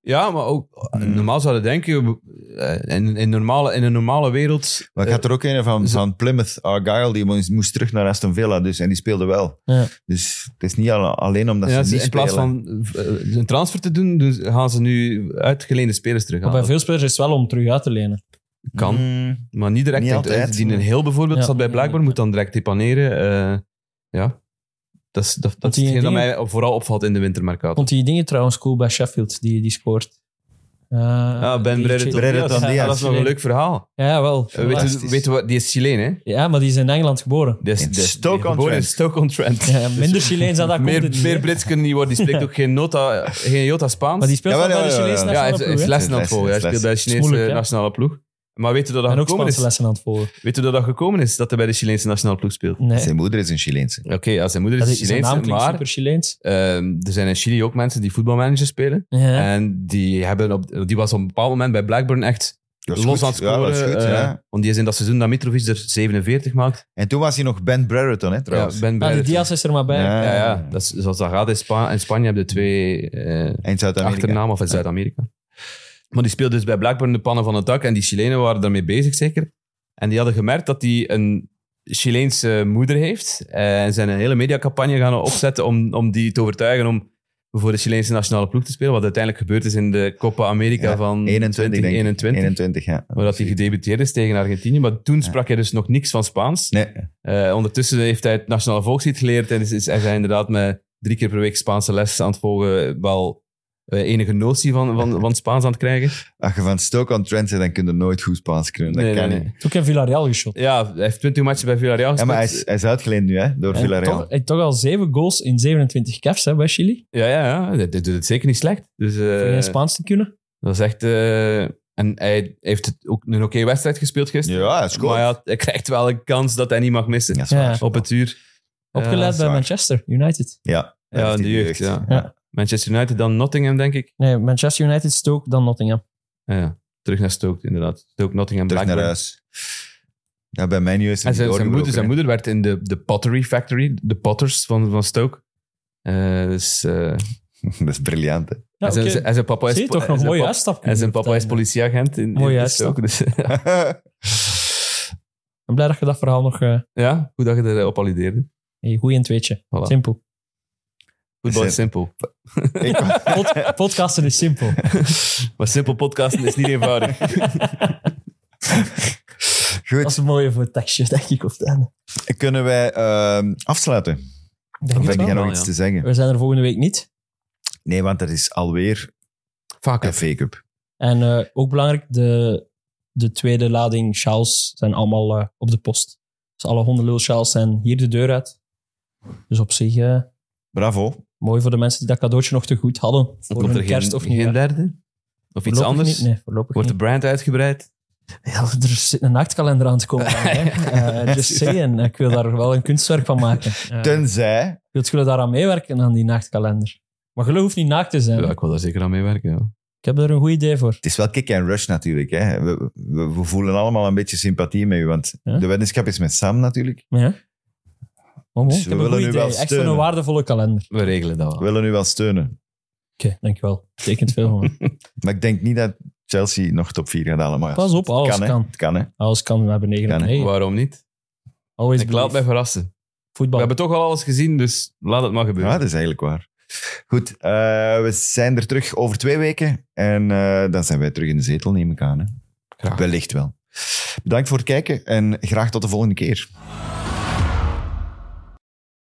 S4: Ja, maar ook eh,
S3: Hmm.
S4: normaal zouden denken, eh, in, in, normale, in een normale wereld... eh,
S3: Maar ik had er ook een van,
S4: ze-
S3: van Plymouth Argyle, die moest, moest terug naar Aston Villa dus, en die speelde wel.
S5: Ja.
S3: Dus het is niet al- alleen omdat
S4: Ja,
S3: ze
S4: ze-
S3: niet
S4: in plaats
S3: spelen.
S4: van eh, een transfer te doen, doen ze- gaan ze nu uitgeleende spelers
S5: Maar
S4: terughalen.
S5: bij veel spelers is het wel om terug uit te lenen.
S4: Kan,
S3: Mm,
S4: maar niet direct.
S3: Niet
S4: Want, eh,
S3: altijd.
S4: Die een heel bijvoorbeeld
S5: Ja.
S4: zat bij Blackburn, moet dan direct depaneren. eh, ja, dat is, dat, dat
S5: Want
S4: is
S5: die
S4: hetgeen dat
S5: dingen-
S4: mij vooral opvalt in de wintermarkt.
S5: Vond die dingen trouwens cool bij Sheffield, die, die scoort. Eh,
S4: Ah, ben
S5: die-
S4: Brereton
S3: Brereton
S4: Diaz.
S3: Diaz.
S4: Ah, Dat is nog een leuk verhaal.
S5: Ja, wel.
S4: Eh, Weet je,
S3: Fantastisch.
S4: weet je wat, die is Chileen, hè?
S5: Ja, maar die is in Engeland geboren.
S4: Die is,
S3: In
S4: die- die-
S3: Stoke-on-Trent.
S4: geboren in Stoke-on-Trent.
S5: Ja, minder Chileens dan dat komt
S4: meer
S5: het niet,
S4: meer
S5: hè.
S4: Brits kunnen niet worden. Die spreekt ook geen, nota, geen jota Spaans.
S5: Maar die speelt
S3: Jawel,
S5: wel bij de
S3: jawel,
S5: Chinese
S3: jawel.
S4: ja, hij heeft,
S5: nationale
S4: hij
S5: ploeg,
S4: heeft
S5: hè?
S4: lessen aan
S3: Les,
S4: het volgen. Hij
S3: les.
S4: speelt bij de Chinese
S5: moeilijk, hè?
S4: nationale ploeg. Maar weet je dat dat
S5: En ook
S4: gekomen
S5: Spaanse
S4: is?
S5: lessen aan het volgen.
S4: Weet je dat dat gekomen is, dat hij bij de Chileense nationale ploeg speelt?
S5: Nee.
S3: Zijn moeder is een Chileense.
S4: Oké, ja, zijn moeder
S5: Dat
S4: is
S5: is zijn
S4: Chileense,
S5: naam klinkt
S4: dus maar
S5: super Chileens.
S4: ehm, er zijn in Chili ook mensen die voetbalmanager spelen.
S5: Ja. Ah,
S4: En die, hebben op, die was op een bepaald moment bij Blackburn echt
S3: Dat is
S4: los
S3: goed.
S4: aan het scoren.
S3: Ja, dat is goed,
S4: eh,
S3: ja.
S4: Want die is in dat seizoen dat Mitrovic er 47 maakt.
S3: En toen was hij nog Ben Brereton, hè,
S4: Ja,
S3: trouwens.
S4: ben
S5: Ah,
S4: blij
S5: die
S4: dat-
S5: Diaz is er maar bij.
S3: Ja.
S4: Ja, ja. Dat is, zoals dat gaat in, Spa- in Spanje hebben de twee eh
S3: En Zuid-Amerika.
S4: achternaam of in Zuid-Amerika. Maar die speelde dus bij Blackburn de pannen van het dak en die Chilenen waren daarmee bezig zeker. En die hadden gemerkt dat hij een Chileense moeder heeft eh, en zijn een hele mediacampagne gaan opzetten om, om die te overtuigen om voor de Chileense nationale ploeg te spelen. Wat uiteindelijk gebeurd is in de Copa America
S3: Ja,
S4: van
S3: 21, denk ik. 21,
S4: 2021.
S3: ja.
S4: Waar dat hij gedebuteerd is tegen Argentinië. Maar toen sprak hij dus nog niks van Spaans.
S3: Nee,
S4: Eh, ondertussen heeft hij het nationale volkslied geleerd en is, is, is hij inderdaad met drie keer per week Spaanse les aan het volgen wel eh, enige notie van, van, van Spaans aan het krijgen.
S3: als je van Stoke-on-Trent bent, dan kun je nooit goed Spaans kunnen. Dat
S4: Nee,
S3: kan
S4: nee,
S3: niet.
S4: nee.
S5: Het is ook in Villarreal geschot.
S4: Ja, hij heeft 20 matchen bij Villarreal
S3: Ja,
S4: gespeeld.
S3: maar hij is, hij is uitgeleend nu, hè, door
S5: En
S3: Villarreal.
S5: toch, en toch al 7 goals in 27 caps hè, bij Chili.
S4: ja, ja, ja. Dit, dit doet het zeker niet slecht. Dus, eh,
S5: Om in Spaans te kunnen.
S4: dat is echt... eh, en hij heeft het ook een oké wedstrijd gespeeld gisteren.
S3: Ja, hij scoort.
S4: Maar ja, hij krijgt wel een kans dat hij niet mag missen.
S3: Ja, dat is waar.
S5: Ja.
S4: Op het uur. Eh,
S5: Opgeleid bij
S3: waar.
S5: Manchester United.
S3: Ja,
S4: Ja, in de jeugd. Ja.
S5: Ja.
S4: Manchester United, dan Nottingham, denk ik.
S5: Nee, Manchester United, Stoke, dan Nottingham.
S4: Ja, ja. terug naar Stoke, inderdaad. Stoke, Nottingham,
S3: Terug naar eh,
S4: Blackburn.
S3: huis. Ja, bij mijn is hij
S4: En zijn, zijn, moeder,
S3: doorgebroken,
S4: zijn
S3: hè.
S4: moeder werd in de, de Pottery Factory, de potters van, van Stoke. Eh, dus, eh,
S3: Dat is briljant, hè.
S5: Ja,
S4: en, zijn,
S5: oké.
S4: zijn- en zijn papa is,
S5: Zie je toch
S4: en
S5: nog
S4: zijn
S5: mooie
S4: pap-
S5: uitstap.
S4: En zijn papa is politieagent in,
S5: Mooie
S4: in Stoke. Dus,
S5: Ik ben blij dat je dat verhaal nog... eh
S4: ja, goed dat je erop alludeerde.
S5: hey, goed in het weetje.
S4: Voilà.
S5: Simpel.
S4: Voetbal is simpel.
S3: Ik wou-
S5: Pod- podcasten is simpel.
S4: Maar simpel podcasten is niet eenvoudig.
S5: Dat is een mooie voor het tekstje, denk ik, op het einde.
S3: Kunnen wij ehm, afsluiten?
S5: Ik
S3: Of
S5: Denk het
S3: heb
S5: wel.
S3: jij nog
S4: wel,
S3: iets
S4: ja.
S3: te zeggen?
S5: We zijn er volgende week niet.
S3: Nee, want er is alweer
S4: Vaak.
S3: een fake-up.
S5: En eh, ook belangrijk, de, de tweede lading sjaals zijn allemaal eh, op de post. alle honden Lil Charles zijn hier de deur uit. Dus op zich eh,
S3: Bravo.
S5: mooi voor de mensen die dat cadeautje nog te goed hadden. Voor
S4: Komt
S5: hun
S4: er
S5: kerst
S4: geen,
S5: of
S4: geen
S5: nieuwjaar.
S4: derde? Of iets
S5: Voorlopig
S4: anders?
S5: niet, nee, voorlopig
S4: Wordt de
S5: niet.
S4: brand uitgebreid?
S5: Ja, er zit een naaktkalender aan te komen. hè. Eh, just saying. Ik wil daar wel een kunstwerk van maken. Eh,
S3: Tenzij...
S5: wilt jullie daaraan meewerken, aan die nachtkalender? Maar geloof hoeft niet naakt te zijn.
S4: Ja, ik wil daar zeker aan meewerken. Ja.
S5: Ik heb er een goed idee voor.
S3: Het is wel kick and rush natuurlijk. Hè. We, we, we voelen allemaal een beetje sympathie met u, want
S5: Ja.
S3: de weddenschap is met Sam natuurlijk.
S5: Ja. Wow,
S3: Dus
S5: ik
S3: we
S5: heb een
S3: willen
S5: goed
S3: u
S5: idee.
S3: wel
S5: Echt
S3: steunen.
S5: zo'n waardevolle kalender.
S4: We regelen dat wel.
S3: We willen u wel steunen.
S5: Oké, dankjewel. Betekent veel van me.
S3: Maar ik denk niet dat Chelsea nog top 4 gaat halen. Maar ja,
S5: Pas op,
S3: kan,
S5: alles kan.
S3: hè. Het kan, hè.
S5: Alles kan, we hebben 9
S3: Kan, hè.
S5: nee.
S4: Waarom niet?
S5: Always
S4: Ik laat mij
S5: believe.
S4: verrassen. We
S5: Voetbal.
S4: hebben toch al alles gezien, dus laat het maar
S3: Ja,
S4: gebeuren.
S3: dat is eigenlijk waar. Goed, eh, we zijn er terug over twee weken. En eh, dan zijn wij terug in de zetel, neem ik aan. Hè.
S4: Graag.
S3: Wellicht wel. Bedankt voor het kijken en graag tot de volgende keer.